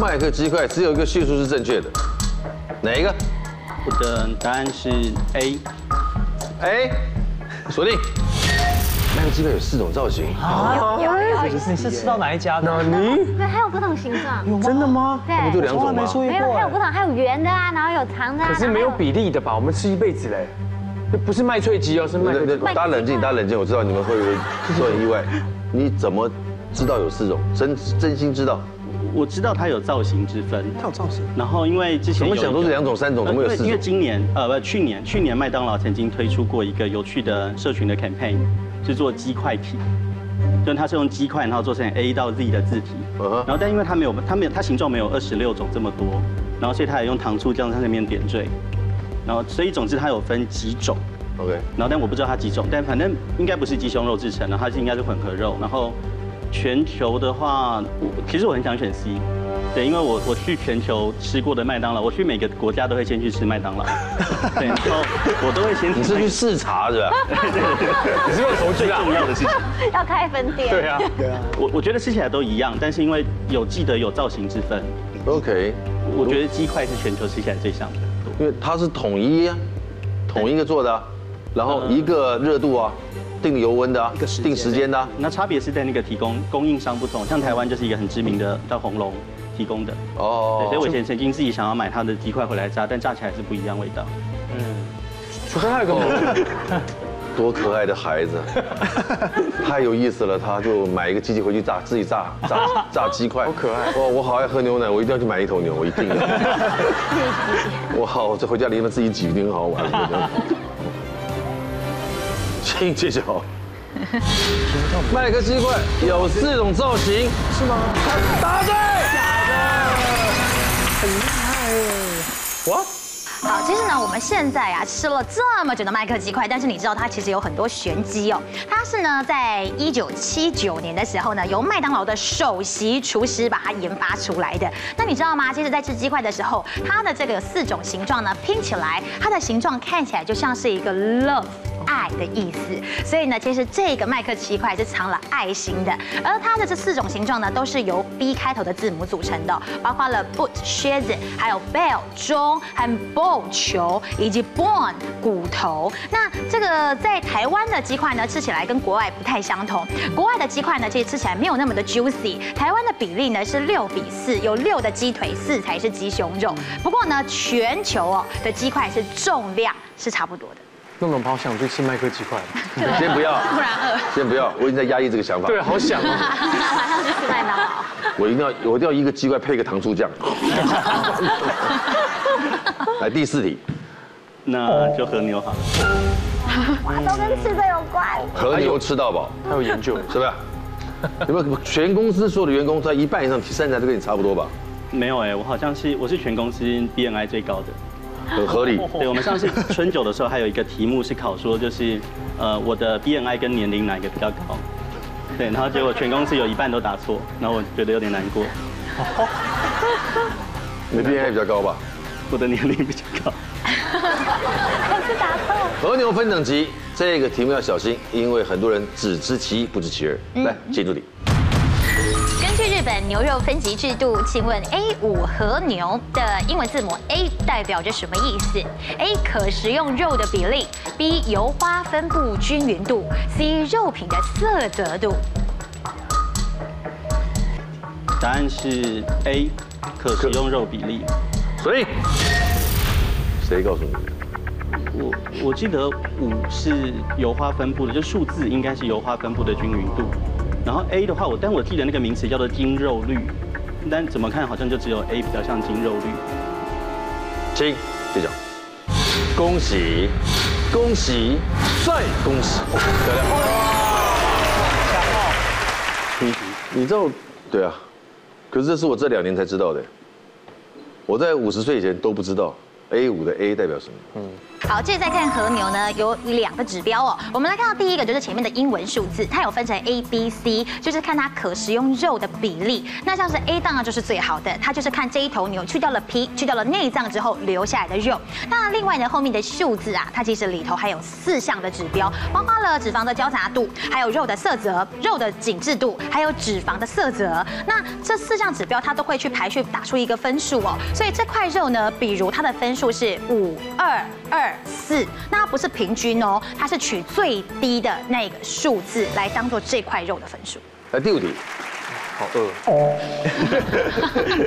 [SPEAKER 1] 麦克鸡块只有一个叙述是正确的，哪一个
[SPEAKER 6] 我的答案是 A，
[SPEAKER 7] 哎
[SPEAKER 1] ？A，锁定。麦克鸡块有四种造型，
[SPEAKER 7] 哦
[SPEAKER 2] 你是吃到哪一家的？
[SPEAKER 8] 对，还有不同形状。
[SPEAKER 7] 真的吗？
[SPEAKER 8] 对，
[SPEAKER 1] 就两
[SPEAKER 9] 啊
[SPEAKER 1] 种吗？
[SPEAKER 8] 没有，还有不同，还有圆的啊，然后有长的啊。
[SPEAKER 7] 哎可是没有
[SPEAKER 8] 然后还
[SPEAKER 7] 比例的吧？我们吃一辈子嘞，这不是麦脆鸡哦，是麦
[SPEAKER 1] 对对
[SPEAKER 7] 克
[SPEAKER 1] 对，大家冷静，大家冷静，我知道你们会有会很 意外。你怎么知道有四种？真真心知道？
[SPEAKER 6] 我知道它有造型之分，
[SPEAKER 7] 有造型。
[SPEAKER 6] 然后因为之前
[SPEAKER 1] 怎么
[SPEAKER 6] 有一
[SPEAKER 1] 想都
[SPEAKER 6] 个
[SPEAKER 1] 是两种三种
[SPEAKER 6] 呃
[SPEAKER 1] 怎么有
[SPEAKER 6] 因为
[SPEAKER 1] 四种
[SPEAKER 6] 因为今年呃不去年去年麦当劳曾经推出过一个有趣的社群的 campaign，是做鸡块体，就是它是用鸡块然后做成 A 到 Z 的字体，
[SPEAKER 1] 嗯哼
[SPEAKER 6] 然后但因为它没有它没有它形状没有二十六种这么多，然后所以它也用糖醋酱在上面点缀，然后所以总之它有分几种。
[SPEAKER 1] OK，
[SPEAKER 6] 然后但我不知道它几种，但反正应该不是鸡胸肉制成的，它是应该是混合肉。然后全球的话，我其实我很想选 C，对，因为我我去全球吃过的麦当劳，我去每个国家都会先去吃麦当劳，对，然后我都会先
[SPEAKER 1] 你是
[SPEAKER 6] 吃
[SPEAKER 1] 去视察 是吧？
[SPEAKER 7] 你是用手
[SPEAKER 6] 最
[SPEAKER 7] 指啊？
[SPEAKER 6] 重要的事情。
[SPEAKER 8] 要开分店。
[SPEAKER 7] 对啊，
[SPEAKER 6] 我我觉得吃起来都一样，但是因为有记得有造型之分，
[SPEAKER 1] OK，
[SPEAKER 6] 我觉得鸡块是全球吃起来最像的。
[SPEAKER 1] 因为它是统一啊，统一个做的啊，
[SPEAKER 7] 嗯
[SPEAKER 1] 然后一个热度啊，定油温的啊，定时间的啊。
[SPEAKER 6] 那差别是在那个提供供应商不同，像台湾就是一个很知名的叫红龙提供的，对，所以
[SPEAKER 1] 哦，
[SPEAKER 6] 我以前曾经自己想要买它的鸡块回来炸，但炸起来是不一样味道。
[SPEAKER 7] 我刚才有个梦
[SPEAKER 1] 多可爱的 孩子，太有意思了。他就买一个机器回去炸，自己炸 炸炸鸡块，好可爱。哇，我好爱喝牛奶，我一定要去买一头牛，我一 定要。我好，我这回家里面自己挤一定很好玩。我觉得请揭晓。麦克鸡块有四种造型，
[SPEAKER 4] 好，其实呢，我们现在啊吃了这么久的麦克鸡块，但是你知道它其实有很多玄机哦。它是呢，在一九七九年的时候呢，由麦当劳的首席厨师把它研发出来的。那你知道吗？其实，在吃鸡块的时候，它的这个四种形状呢拼起来，它的形状看起来就像是一个 love。爱的意思，所以呢，其实这个麦克鸡块是藏了爱心的，而它的这四种形状呢，都是由 B 开头的字母组成的哦，包括了 boot 靴子，还有 bell 钟，还有 ball 球，以及 bone 骨头。那这个在台湾的鸡块呢，吃起来跟国外不太相同，国外的鸡块呢，其实吃起来没有那么的 juicy，台湾的比例呢是六比四，有六的鸡腿，四才是鸡胸肉。不过呢，全球哦的鸡块是重量是差不多的。
[SPEAKER 7] 弄龙跑想去吃麦克鸡块，
[SPEAKER 1] 先不要，
[SPEAKER 4] 不然饿，
[SPEAKER 1] 先不要，我已经在压抑这个想法。
[SPEAKER 7] 对，好想
[SPEAKER 5] 啊
[SPEAKER 7] 哦。
[SPEAKER 4] 晚上就吃麦当劳。
[SPEAKER 1] 我一定要，我一定要一个鸡块配一个糖醋酱。
[SPEAKER 7] 啊
[SPEAKER 1] 来第四题，
[SPEAKER 6] 那就和牛好了。
[SPEAKER 8] 都跟吃的有关。
[SPEAKER 1] 和牛吃到饱，
[SPEAKER 7] 还有研究，
[SPEAKER 1] 是不是？有没有全公司所有的员工在一半以上身材都跟你差不多吧？
[SPEAKER 6] 没有哎，我好像是我是全公司 BNI 最高的。
[SPEAKER 1] 很合理。
[SPEAKER 6] 对，我们上次春酒的时候还有一个题目是考说，就是呃我的 BNI 跟年龄哪一个比较高？对，然后结果全公司有一半都答错，然后我觉得有点难过，
[SPEAKER 1] 你的 BMI 比较高吧？
[SPEAKER 6] 我的年龄比较高。
[SPEAKER 1] 和牛分等级这个题目要小心，因为很多人只知其一不知其二。来，谢助理，
[SPEAKER 4] 根据日本牛肉分级制度，请问 A 五和牛的英文字母 A 代表着什么意思？A 可食用肉的比例，B 油花分布均匀度，C 肉品的色泽度。
[SPEAKER 6] 答案是 A，可食用肉比例。
[SPEAKER 1] 所以谁告诉你？
[SPEAKER 6] 我我记得五是油花分布的，就数字应该是油花分布的均匀度。然后 A 的话，我但我记得那个名词叫做精肉率，但怎么看好像就只有 A 比较像精肉率。
[SPEAKER 1] 请揭晓。恭喜，恭喜，再恭喜！漂亮。
[SPEAKER 6] 出一题。
[SPEAKER 1] 哦你知道，对啊，可是这是我这两年才知道的，我在五十岁以前都不知道 A 五的 A 代表什么。
[SPEAKER 4] 好，这再看和牛呢，有两个指标哦。我们来看到第一个就是前面的英文数字，它有分成 A、B、C，就是看它可食用肉的比例。那像是 A 当然就是最好的，它就是看这一头牛去掉了皮、去掉了内脏之后留下来的肉。那另外呢，后面的数字啊，它其实里头还有四项的指标，包括了脂肪的交杂度，还有肉的色泽、肉的紧致度，还有脂肪的色泽。那这四项指标它都会去排序打出一个分数哦。所以这块肉呢，比如它的分数是五二二四，那它不是平均哦，它是取最低的那个数字来当做这块肉的分数。
[SPEAKER 1] 来第五题，
[SPEAKER 5] 好饿，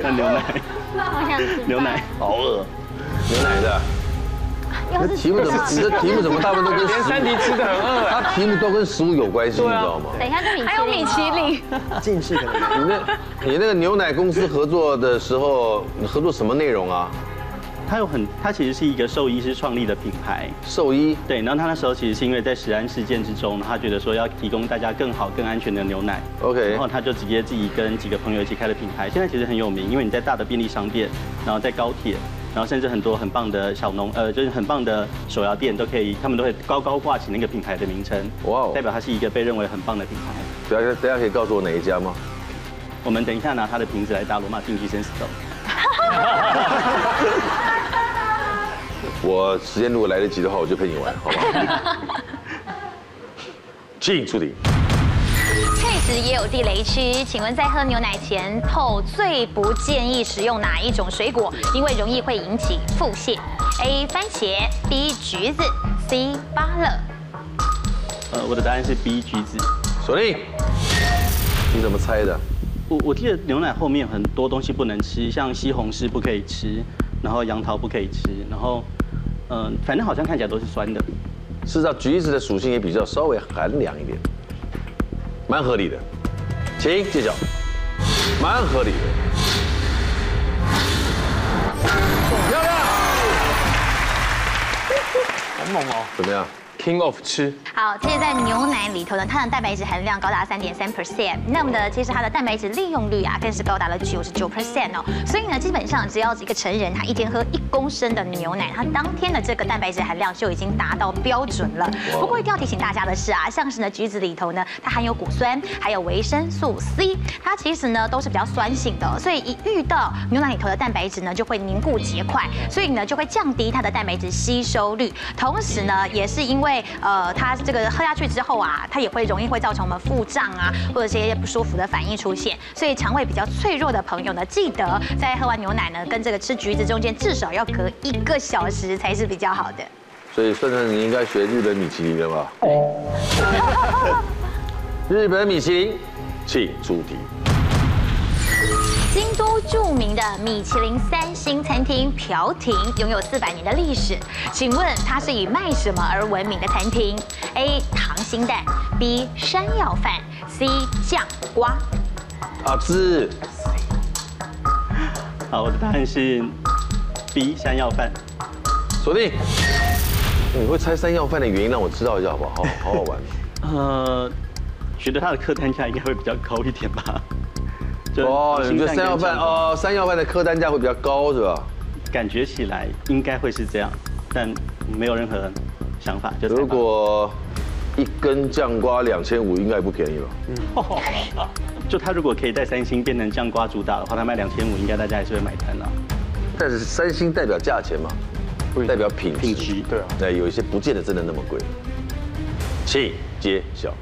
[SPEAKER 6] 那牛奶，
[SPEAKER 8] 我想吃
[SPEAKER 6] 牛奶，
[SPEAKER 1] 好饿，牛奶的。
[SPEAKER 8] 又
[SPEAKER 1] 那
[SPEAKER 8] 是
[SPEAKER 1] 题目怎么？你的题目怎么大部分都跟
[SPEAKER 5] 连
[SPEAKER 1] 食
[SPEAKER 5] 三
[SPEAKER 1] 物？
[SPEAKER 5] 题吃的很饿啊哎。
[SPEAKER 1] 它题目都跟食物有关系，你知道吗？
[SPEAKER 8] 等一下就米，
[SPEAKER 3] 还有米其林，
[SPEAKER 2] 近视可能
[SPEAKER 1] 你那，你那个牛奶公司合作的时候，你合作什么内容啊？
[SPEAKER 6] 它有很，它其实是一个兽医师创立的品牌。
[SPEAKER 1] 兽医。
[SPEAKER 6] 对，然后他那时候其实是因为在食安事件之中，他觉得说要提供大家更好、更安全的牛奶。
[SPEAKER 1] OK
[SPEAKER 6] 然后他就直接自己跟几个朋友一起开了品牌，现在其实很有名，因为你在大的便利商店，然后在高铁，然后甚至很多很棒的小农，呃，就是很棒的手摇店都可以，他们都会高高挂起那个品牌的名称。
[SPEAKER 1] 哇哦
[SPEAKER 6] 代表它是一个被认为很棒的品牌。
[SPEAKER 1] 大家大家可以告诉我哪一家吗？
[SPEAKER 6] 我们等一下拿它的瓶子来打罗马竞技生死斗。
[SPEAKER 1] 我时间如果来得及的话，我就陪你玩，好不好？进出题。
[SPEAKER 4] 确实也有地雷区，请问在喝牛奶前后最不建议食用哪一种水果？因为容易会引起腹泻。A. 番茄，B. 橘子，C. 芭乐。
[SPEAKER 6] 呃，我的答案是 B 橘子。
[SPEAKER 1] 锁定。你怎么猜的？
[SPEAKER 6] 我我记得牛奶后面很多东西不能吃，像西红柿不可以吃，然后杨桃不可以吃，然后嗯、呃反正好像看起来都是酸的。
[SPEAKER 1] 事实上，橘子的属性也比较稍微寒凉一点，蛮合理的。请揭晓，蛮合理的。漂亮，
[SPEAKER 5] 好猛哦
[SPEAKER 1] 怎么样？
[SPEAKER 5] ，King of 吃，
[SPEAKER 4] 好，其实，在牛奶里头呢，它的蛋白质含量高达三点三 percent，那么呢，其实它的蛋白质利用率啊，更是高达了九十九 percent 哦。所以呢，基本上只要一个成人他一天喝一公升的牛奶，他当天的这个蛋白质含量就已经达到标准了。不过一定要提醒大家的是啊，像是呢橘子里头呢，它含有果酸，还有维生素 C，它其实呢都是比较酸性的哦，所以一遇到牛奶里头的蛋白质呢，就会凝固结块，所以呢就会降低它的蛋白质吸收率。同时呢，也是因为呃它这个喝下去之后啊，它也会容易会造成我们腹胀啊，或者是一些不舒服的反应出现。所以肠胃比较脆弱的朋友呢，记得在喝完牛奶呢，跟这个吃橘子中间至少要隔一个小时才是比较好的。
[SPEAKER 1] 所以算算，你应该学日本米其林了 吧？日本米其林，请出题。
[SPEAKER 4] 京都著名的米其林三星餐厅朴廷拥有四百年的历史，请问它是以卖什么而闻名的餐厅？A. 溏心蛋，B. 山药饭，C. 酱瓜。
[SPEAKER 1] 阿志，
[SPEAKER 6] 好，我的答案是 B 山药饭。
[SPEAKER 1] 锁定。你会猜山药饭的原因，让我知道一下好不好？好好好玩。
[SPEAKER 6] 呃，觉得它的客单价应该会比较高一点吧。就
[SPEAKER 1] 哦，
[SPEAKER 6] 溏
[SPEAKER 1] 你
[SPEAKER 6] 心
[SPEAKER 1] 觉得
[SPEAKER 6] 蛋
[SPEAKER 1] 山药
[SPEAKER 6] 跟
[SPEAKER 1] 饭
[SPEAKER 6] 酱瓜，
[SPEAKER 1] 哦，山药饭的客单价会比较高是吧？
[SPEAKER 6] 感觉起来应该会是这样，但没有任何想法。就猜吧
[SPEAKER 1] 如果一根酱瓜两千五，应该也不便宜吧？
[SPEAKER 6] 就它如果可以在三星变成酱瓜主打的话，它卖两千五，应该大家还是会买单啦。
[SPEAKER 1] 但是三星代表价钱嘛，
[SPEAKER 5] 不一定
[SPEAKER 1] 代表品质。
[SPEAKER 6] 品质
[SPEAKER 5] 对啊
[SPEAKER 1] 那有一些不见得真的那么贵。请揭晓。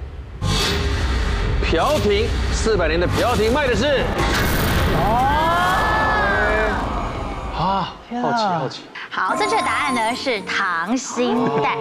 [SPEAKER 1] 朴廷四百年的朴廷卖的是
[SPEAKER 5] 好奇好奇，
[SPEAKER 4] 好，正确答案呢是溏心蛋。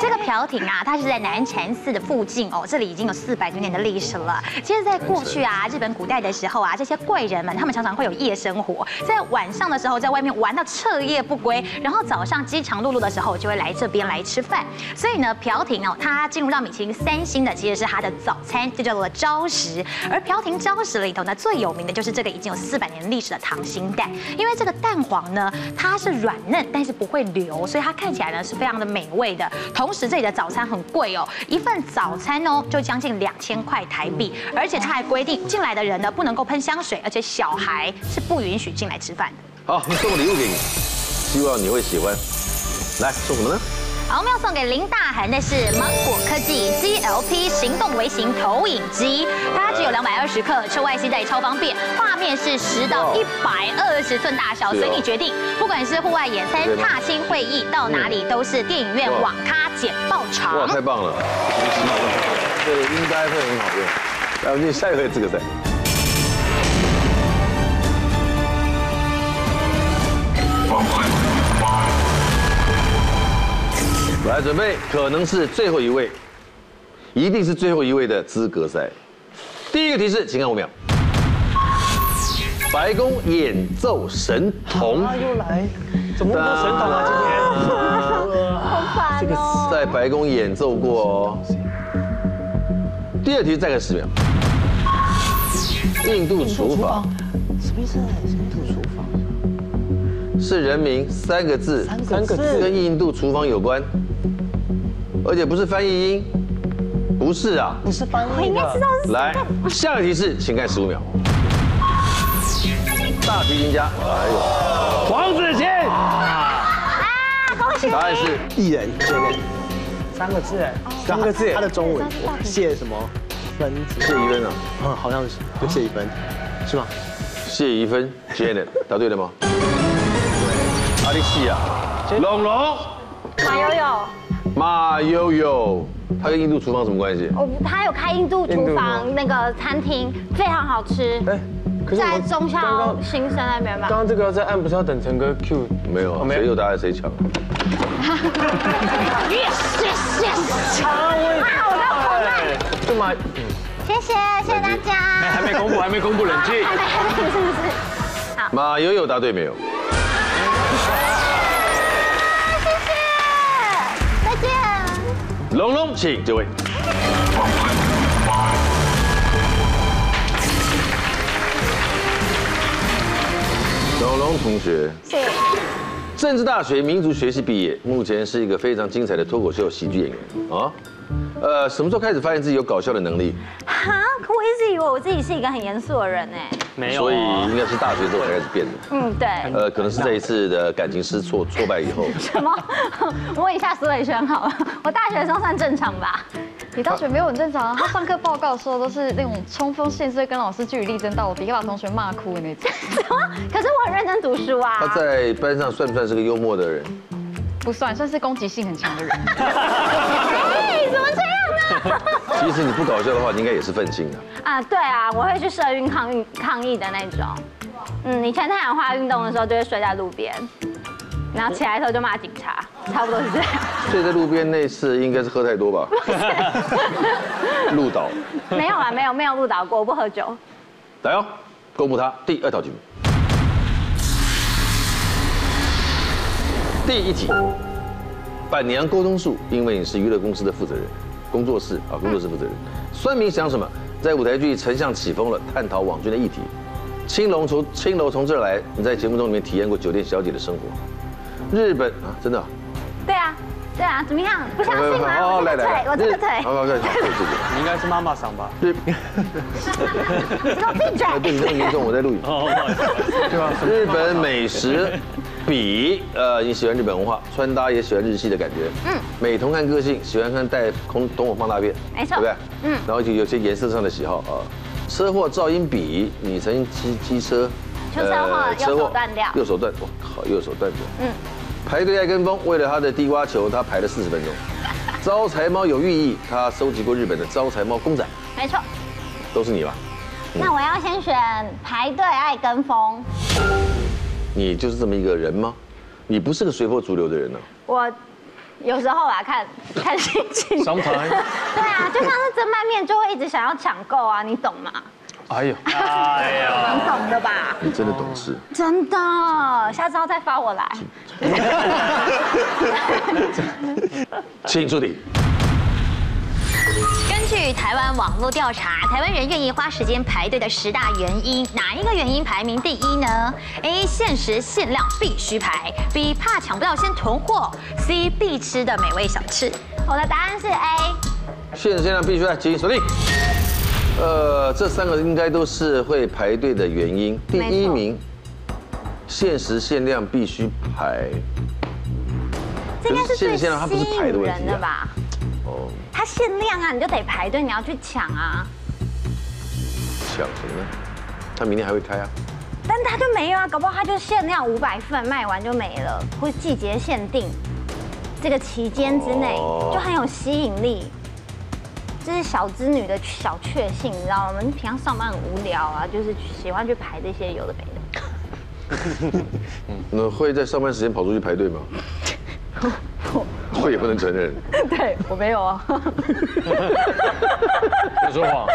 [SPEAKER 4] 这个朴廷啊，它是在南禅寺的附近哦，这里已经有四百多年的历史了。其实，在过去啊，日本古代的时候啊，这些贵人们他们常常会有夜生活，在晚上的时候在外面玩到彻夜不归，然后早上饥肠辘辘的时候就会来这边来吃饭。所以呢，朴廷哦，它进入到米其林三星的其实是它的早餐，就叫做朝食。而朴廷朝食里头呢，最有名的就是这个已经有四百年历史的溏心蛋，因为这个蛋黄呢，它是软嫩但是不会流，所以它看起来呢是非常的美味的。同时这里的早餐很贵哦，一份早餐哦就将近两千块台币，而且它还规定进来的人呢不能够喷香水，而且小孩是不允许进来吃饭的。
[SPEAKER 1] 好，送个礼物给你，希望你会喜欢。来，送什么呢？
[SPEAKER 4] 好，我们要送给林大涵的是芒果科技 GLP 行动微型投影机，它只有两百二十克，车外携带超方便，画面是十到一百二十寸大小，
[SPEAKER 1] 是哦
[SPEAKER 4] 随你决定。不管是户外野餐
[SPEAKER 1] 对、吗
[SPEAKER 4] 踏青会议，到哪里都是电影院、
[SPEAKER 1] 哇
[SPEAKER 4] 网咖、简报
[SPEAKER 1] 哇，
[SPEAKER 4] 场。
[SPEAKER 1] 太棒了！这个啊应该会很好用。来，我们进下一回资格赛。来，准备，可能是最后一位，一定是最后一位的资格赛。第一个提示，请看五秒。白宫演奏神童。
[SPEAKER 2] 啊，又来，怎么那么多神童啊？今天
[SPEAKER 9] 啊
[SPEAKER 8] 烦哦。
[SPEAKER 1] 在白宫演奏过哦。第二题再给十秒。印度厨房
[SPEAKER 2] 什么意思？
[SPEAKER 1] 是人名三个字，
[SPEAKER 2] 三个字
[SPEAKER 1] 跟印度厨房有关，而且不是翻译音，不是啊。
[SPEAKER 2] 不是翻译的，
[SPEAKER 8] 我应该知道是
[SPEAKER 1] 来，下个提示，请看十五秒。大提琴家，哎呦，黄子晴，
[SPEAKER 8] 恭喜
[SPEAKER 1] 答案是
[SPEAKER 9] 艺人，
[SPEAKER 2] 三个字哎，
[SPEAKER 9] 三
[SPEAKER 7] 个字
[SPEAKER 9] 他的中文谢什么分子？
[SPEAKER 1] 谢一分啊，
[SPEAKER 9] 嗯，好像是就谢一分，是吗？
[SPEAKER 1] 谢一分，Janet，答 对了吗？阿啊里西亚，龙龙。
[SPEAKER 8] 马友友，
[SPEAKER 1] 马悠悠，它跟印度厨房什么关系？
[SPEAKER 8] 我不哦他有开印度厨房那个餐厅，非常好吃。
[SPEAKER 7] 哎，可是我
[SPEAKER 8] 在
[SPEAKER 7] 们
[SPEAKER 8] 中
[SPEAKER 7] 刚
[SPEAKER 8] 校
[SPEAKER 7] 刚
[SPEAKER 8] 新生那边吧
[SPEAKER 7] 刚。刚这个要在按，不是要等陈哥 Q？
[SPEAKER 1] 没有
[SPEAKER 7] 哦
[SPEAKER 1] 啊，
[SPEAKER 7] 没有
[SPEAKER 1] 谁有答案谁抢。啊
[SPEAKER 8] Yes yes yes！
[SPEAKER 7] 啊，我也
[SPEAKER 8] 啊，我在狂按。
[SPEAKER 7] 干嘛？
[SPEAKER 8] 谢谢谢谢大家。
[SPEAKER 5] 还没公布，还没公布冷静。
[SPEAKER 8] 还没还没是不是？
[SPEAKER 1] 马悠悠答对没有？
[SPEAKER 8] 谢谢，再见。
[SPEAKER 1] 龙龙，请这位。龙龙同学
[SPEAKER 8] 是
[SPEAKER 1] 政治大学民族学系毕业，目前是一个非常精彩的脱口秀喜剧演员啊。呃，什么时候开始发现自己有搞笑的能力？
[SPEAKER 8] 哈，可我一直以为我自己是一个很严肃的人哎。
[SPEAKER 5] 没有
[SPEAKER 1] 所以
[SPEAKER 5] 啊，
[SPEAKER 1] 应该是大学之后才开始变的。
[SPEAKER 8] 嗯，对。
[SPEAKER 1] 呃，可能是这一次的感情失挫挫败以后。
[SPEAKER 8] 什么？我问一下苏伟轩好了，我大学的时候算正常 吧？
[SPEAKER 10] 你大学没有很正常啊？他上课报告说都是那种冲锋陷阵，跟老师据理力争到底，要把同学骂哭的那种。
[SPEAKER 8] 什么？可是我很认真读书啊
[SPEAKER 1] 他。在班上算不算是个幽默的人？
[SPEAKER 10] 不算，算是攻击性很强的人。
[SPEAKER 8] 哎，怎么这样呢？
[SPEAKER 1] 其实你不搞笑的话，你应该也是愤青啊。
[SPEAKER 8] 啊，对啊，我会去社运抗议抗议的那种。嗯，以前太阳花运动的时候就会睡在路边，然后起来的时候就骂警察，差不多是这样。
[SPEAKER 1] 睡在路边那次应该是喝太多吧？ 路倒，
[SPEAKER 8] 没有啊，没有没有误导过，我不喝酒。
[SPEAKER 1] 来哦，公布他第二道题目。第一题，板娘沟通术，因为你是娱乐公司的负责人，工作室啊，工作室负责人。酸民想什么？在舞台剧《丞相起风了》探讨网军的议题。青龙从青楼从这儿来，你在节目中里面体验过酒店小姐的生活。日本啊，真的啊、
[SPEAKER 8] 对啊，对啊，怎么样？不相信吗？
[SPEAKER 1] 哦
[SPEAKER 8] 我
[SPEAKER 1] 来
[SPEAKER 8] 这个
[SPEAKER 1] 来来，
[SPEAKER 8] 腿，我这个腿，
[SPEAKER 1] 好好，对对对对。
[SPEAKER 5] 你应该是妈妈桑 吧？
[SPEAKER 1] 日，
[SPEAKER 8] 你给我闭
[SPEAKER 1] 哎对，你这么
[SPEAKER 8] 嘴。
[SPEAKER 1] 严重，我在录影。
[SPEAKER 6] 哦，不好意思
[SPEAKER 1] 日本美食比，呃，你喜欢日本文化，穿搭也喜欢日系的感觉，嗯，美瞳看个性，喜欢看戴空瞳孔放大片，
[SPEAKER 8] 没错
[SPEAKER 1] 对不对？嗯
[SPEAKER 8] 嗯，
[SPEAKER 1] 然后就有些颜色上的喜好啊。车祸噪音比，你曾经骑机车，呃
[SPEAKER 8] 出车祸右手断掉
[SPEAKER 1] 右手断，我靠，右手断掉，嗯
[SPEAKER 8] 嗯，
[SPEAKER 1] 排队爱跟风，为了他的地瓜球，他排了四十分钟。招财猫有寓意，他收集过日本的招财猫公仔，
[SPEAKER 8] 没错，
[SPEAKER 1] 都是你吧？
[SPEAKER 8] 那我要先选排队爱跟风。
[SPEAKER 1] 你就是这么一个人吗？你不是个随波逐流的人呢、啊
[SPEAKER 8] 我有时候啊，看看心情。
[SPEAKER 5] Sometimes
[SPEAKER 8] 对啊，就像是蒸拌面，就会一直想要抢购啊，你懂吗？
[SPEAKER 5] 哎呦，
[SPEAKER 8] 你懂的吧？
[SPEAKER 1] 你真的懂事。
[SPEAKER 8] 真的，下次要再发我来。
[SPEAKER 1] 请出题。
[SPEAKER 4] 根据台湾网络调查，台湾人愿意花时间排队的十大原因，哪一个原因排名第一呢？A. 限时限量必须排；B. 怕抢不到先囤货；C. 必吃的美味小吃。
[SPEAKER 8] 我的答案是 A。
[SPEAKER 1] 现在必须要请锁定。呃，这三个应该都是会排队的原因。第一名，限时限量必须排。
[SPEAKER 8] 这应该是
[SPEAKER 1] 限
[SPEAKER 8] 最
[SPEAKER 1] 时
[SPEAKER 8] 吸
[SPEAKER 1] 限量它不是排的
[SPEAKER 8] 引
[SPEAKER 1] 问
[SPEAKER 8] 人
[SPEAKER 1] 题
[SPEAKER 8] 的
[SPEAKER 1] 啊。
[SPEAKER 8] 吧？
[SPEAKER 1] 哦，
[SPEAKER 8] 它限量啊，你就得排队，你要去抢啊。
[SPEAKER 1] 抢什么呢？他明天还会开啊。
[SPEAKER 8] 但它就没有啊，搞不好它就限量五百份，卖完就没了，或是季节限定，这个期间之内
[SPEAKER 1] 哦
[SPEAKER 8] 就很有吸引力。这是小织女的小确幸，你知道吗？我们平常上班很无聊啊，就是喜欢去排这些有的没的。
[SPEAKER 1] 那会在上班时间跑出去排 队吗？会也不能承认。
[SPEAKER 10] 对我没有啊，
[SPEAKER 5] 我说谎，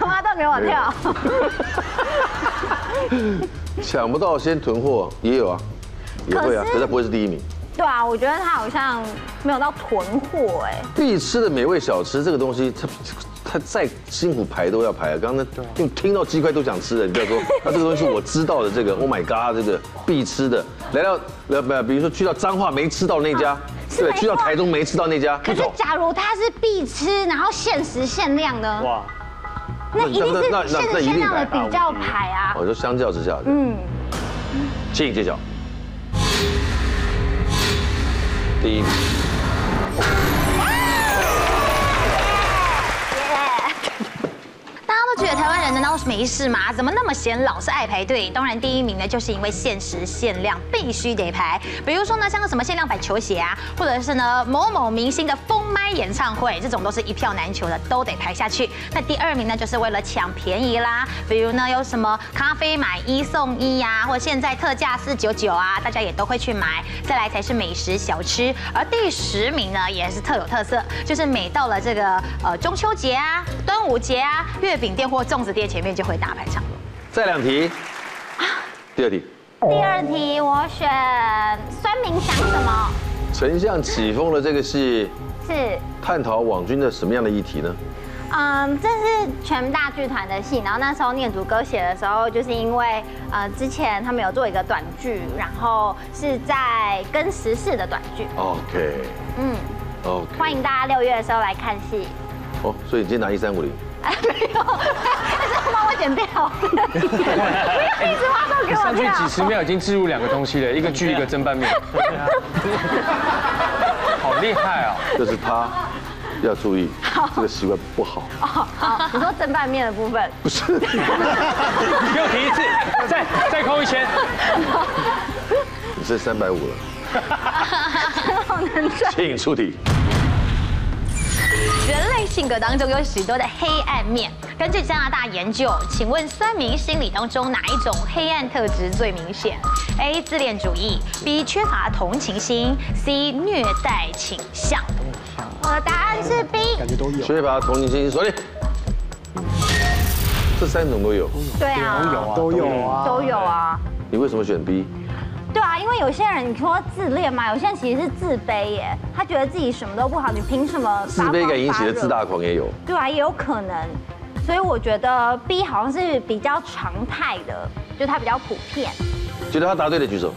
[SPEAKER 8] 干嘛倒给我跳？
[SPEAKER 1] 抢不到先囤货也有啊，也会啊，
[SPEAKER 8] 可
[SPEAKER 1] 可
[SPEAKER 8] 是
[SPEAKER 1] 是它不会是第一名。
[SPEAKER 8] 对啊，我觉得它好像没有到囤货哎。
[SPEAKER 1] 必吃的美味小吃这个东西，它它再辛苦排都要排啊。刚刚那用听到鸡块都想吃的，你不要 说，那这个东西我知道的，这个 Oh my God，这个必吃的。来到来不，比如说去到彰化没吃到那
[SPEAKER 8] 啊
[SPEAKER 1] 家，对，去到台中没吃到那家，
[SPEAKER 8] 可
[SPEAKER 1] 不
[SPEAKER 8] 是
[SPEAKER 1] 走。
[SPEAKER 8] 假如它是必吃，然后限时限量的，
[SPEAKER 1] 哇，
[SPEAKER 8] 那一定
[SPEAKER 1] 那那
[SPEAKER 8] 是
[SPEAKER 1] 那
[SPEAKER 8] 限
[SPEAKER 1] 那
[SPEAKER 8] 时
[SPEAKER 1] 一定
[SPEAKER 8] 限量的
[SPEAKER 1] 排啊
[SPEAKER 8] 比较排啊。
[SPEAKER 1] 我说相较之下，
[SPEAKER 8] 嗯，
[SPEAKER 1] 请你揭晓。第一名，
[SPEAKER 4] 大家都觉得台湾人难道是没事吗？怎么那么闲，老是爱排队？当然，第一名呢，就是因为限时限量，必须得排。比如说呢，像什么限量版球鞋啊，或者是呢某某明星的封麦演唱会，这种都是一票难求的，都得排下去。那第二名呢，就是为了抢便宜啦，比如呢有什么咖啡买一送一呀、或现在特价四九九啊，大家也都会去买。再来才是美食小吃，而第十名呢也是特有特色，就是每到了这个呃中秋节啊、端午节啊，月饼店或粽子店前面就会大排长龙。
[SPEAKER 1] 再两题，
[SPEAKER 8] 啊
[SPEAKER 1] 第二题，
[SPEAKER 8] 第二题我选酸民想什么？
[SPEAKER 1] 丞相起风了这个戏，
[SPEAKER 8] 是
[SPEAKER 1] 探讨网军的什么样的议题呢？
[SPEAKER 8] 嗯，这是全大剧团的戏，然后那时候念祖哥写的时候，就是因为呃之前他们有做一个短剧，然后是在跟时事的短剧，
[SPEAKER 1] OK
[SPEAKER 8] 嗯，
[SPEAKER 1] OK，
[SPEAKER 8] 欢迎大家六月的时候来看戏。
[SPEAKER 1] 哦，所以你今天拿一三五零，
[SPEAKER 8] 哎，没有， 但是帮我剪掉， 不要一直挖洞给我
[SPEAKER 5] 上去
[SPEAKER 8] 跳
[SPEAKER 5] 几。十秒已经置入两个东 西了，一个剧一个蒸拌面，好厉害啊！
[SPEAKER 1] 就是他要注意这个习惯不好。
[SPEAKER 8] 哦，好，你说正拌面的部分，
[SPEAKER 1] 不 是，
[SPEAKER 5] 你给我提一次，再再扣一千，
[SPEAKER 1] 你剩三百五了，
[SPEAKER 8] 好难赚。
[SPEAKER 1] 请出题。
[SPEAKER 4] 人类性格当中有许多的黑暗面。根据加拿大研究，请问酸民心理当中哪一种黑暗特质最明显？A. 自恋主义，B. 缺乏同情心，C. 虐待倾向。
[SPEAKER 8] 我呃的答案是 B，
[SPEAKER 9] 感觉都有。
[SPEAKER 1] 缺乏同情心，锁定。这三种都有，
[SPEAKER 8] 对啊，
[SPEAKER 9] 都有啊，
[SPEAKER 8] 都有啊。
[SPEAKER 1] 你为什么选 B？
[SPEAKER 8] 对啊，因为有些人你说自恋嘛，有些人其实是自卑耶，他觉得自己什么都不好，你凭什么
[SPEAKER 1] 自卑感引起的自大？狂也有。
[SPEAKER 8] 对啊，也有可能，所以我觉得 B 好像是比较常态的，就它比较普遍。
[SPEAKER 1] 觉得他答对的举手。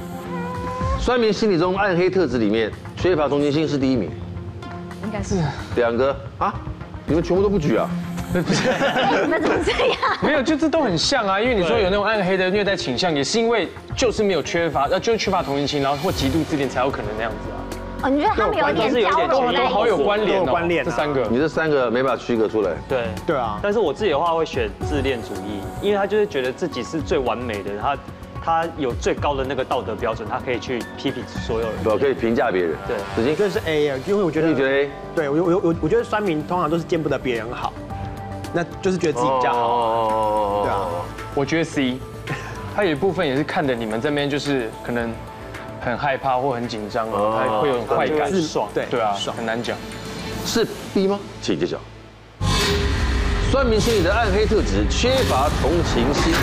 [SPEAKER 1] 酸民心理中暗黑特质里面，缺乏同情心是第一名。
[SPEAKER 10] 应该是
[SPEAKER 1] 两个啊，你们全部都不举啊？
[SPEAKER 8] 你们怎么这 样？
[SPEAKER 5] 没有，就这都很像啊。因为你说有那种暗黑的虐待倾向，也是因为就是没有缺乏，呃，就是缺乏同情心，然后或极度自恋才有可能那样子啊。
[SPEAKER 8] 哦，你觉得他们有一点交融在
[SPEAKER 5] 啊都
[SPEAKER 8] 一
[SPEAKER 5] 好有
[SPEAKER 8] 起？
[SPEAKER 5] 关联哦，
[SPEAKER 9] 都有关联啊
[SPEAKER 5] 这三个
[SPEAKER 1] 你这三个没办法区隔出来。
[SPEAKER 11] 对，
[SPEAKER 9] 对啊，
[SPEAKER 11] 但是我自己的话会选自恋主义，因为他就是觉得自己是最完美的，他他有最高的那个道德标准，他可以去批评所有人。
[SPEAKER 1] 我可以评价别人。
[SPEAKER 11] 对
[SPEAKER 1] 子
[SPEAKER 9] 我
[SPEAKER 1] 金
[SPEAKER 9] 觉，得是 A 啊，因为我觉得
[SPEAKER 1] 你觉得哎 A？
[SPEAKER 9] 对我我我我觉得酸民通常都是见不得别人好，那就是觉得自己比较好。
[SPEAKER 1] 哦
[SPEAKER 9] 对啊，
[SPEAKER 5] 我觉得 C，他有一部分也是看着你们这边就是可能很害怕或很紧张
[SPEAKER 1] 哦
[SPEAKER 5] 啊，他会有种快感，
[SPEAKER 9] 自爽对
[SPEAKER 5] 对啊
[SPEAKER 9] 爽，
[SPEAKER 5] 很难讲。
[SPEAKER 1] 是 B 吗？请揭晓。酸民心理的暗黑特质缺乏同情心，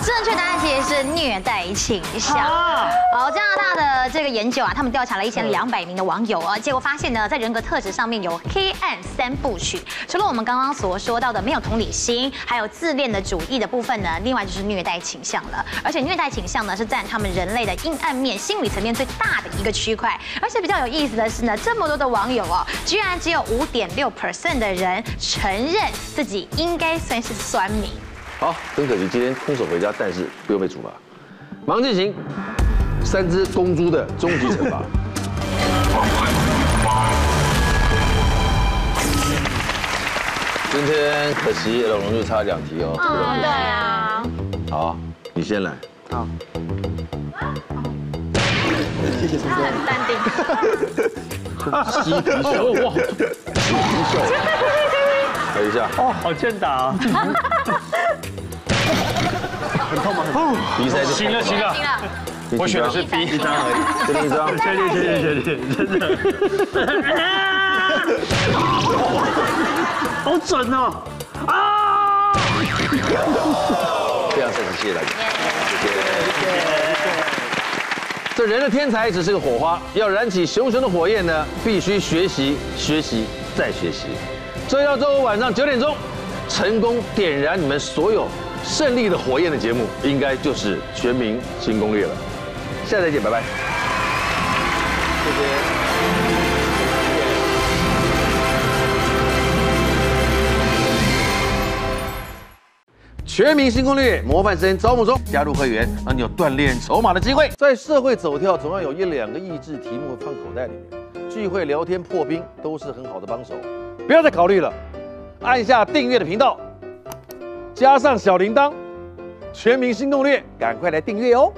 [SPEAKER 4] 正确答案其实是虐待倾向。
[SPEAKER 8] 啊
[SPEAKER 4] 好，加拿大的这个研究啊，他们调查了一
[SPEAKER 8] 嗯
[SPEAKER 4] 千两百名的网友啊，结果发现呢，在人格特质上面有黑暗三部曲，除了我们刚刚所说到的没有同理心，还有自恋的主义的部分呢，另外就是虐待倾向了。而且虐待倾向呢，是占他们人类的阴暗面、心理层面最大的一个区块。而且比较有意思的是呢，这么多的网友哦，居然只有五点六 percent 的人承认自己应该算是酸民。
[SPEAKER 1] 好，很可惜今天空手回家，但是不用被处罚。忙进行三只公猪的终极惩罚。今天可惜龙龙就差两题哦。
[SPEAKER 8] 嗯，对啊，
[SPEAKER 1] 好，你先来。
[SPEAKER 9] 好。
[SPEAKER 8] 他很淡定。
[SPEAKER 1] 吸鼻
[SPEAKER 11] 哦
[SPEAKER 1] 水，哇，吸鼻水，等一下，
[SPEAKER 11] 哦，好欠打啊！
[SPEAKER 9] 很痛吗？
[SPEAKER 1] 鼻塞就
[SPEAKER 11] 行了行了
[SPEAKER 8] 行了，
[SPEAKER 1] 你啊
[SPEAKER 11] 我
[SPEAKER 1] 几
[SPEAKER 11] 选的
[SPEAKER 1] 张
[SPEAKER 11] 是 B，
[SPEAKER 1] 一张而已，这边一张，
[SPEAKER 11] 确定确定确定，真的。
[SPEAKER 9] 好准哦！
[SPEAKER 11] 啊
[SPEAKER 1] 非常诚实，谢谢大家，谢谢。这人的天才只是个火花，要燃起熊熊的火焰呢，必须学习、学习再学习。所以到周五晚上九点钟，成功点燃你们所有胜利的火焰的节目，应该就是《全民新攻略》了。下次再见，拜拜。全民新攻略模范生招募中，加入会员让你有锻炼筹码的机会。在社会走跳，总要有一两个益智题目放口袋里面，聚会聊天破冰都是很好的帮手。不要再考虑了，按下订阅的频道，加上小铃铛，全民新攻略，赶快来订阅哦。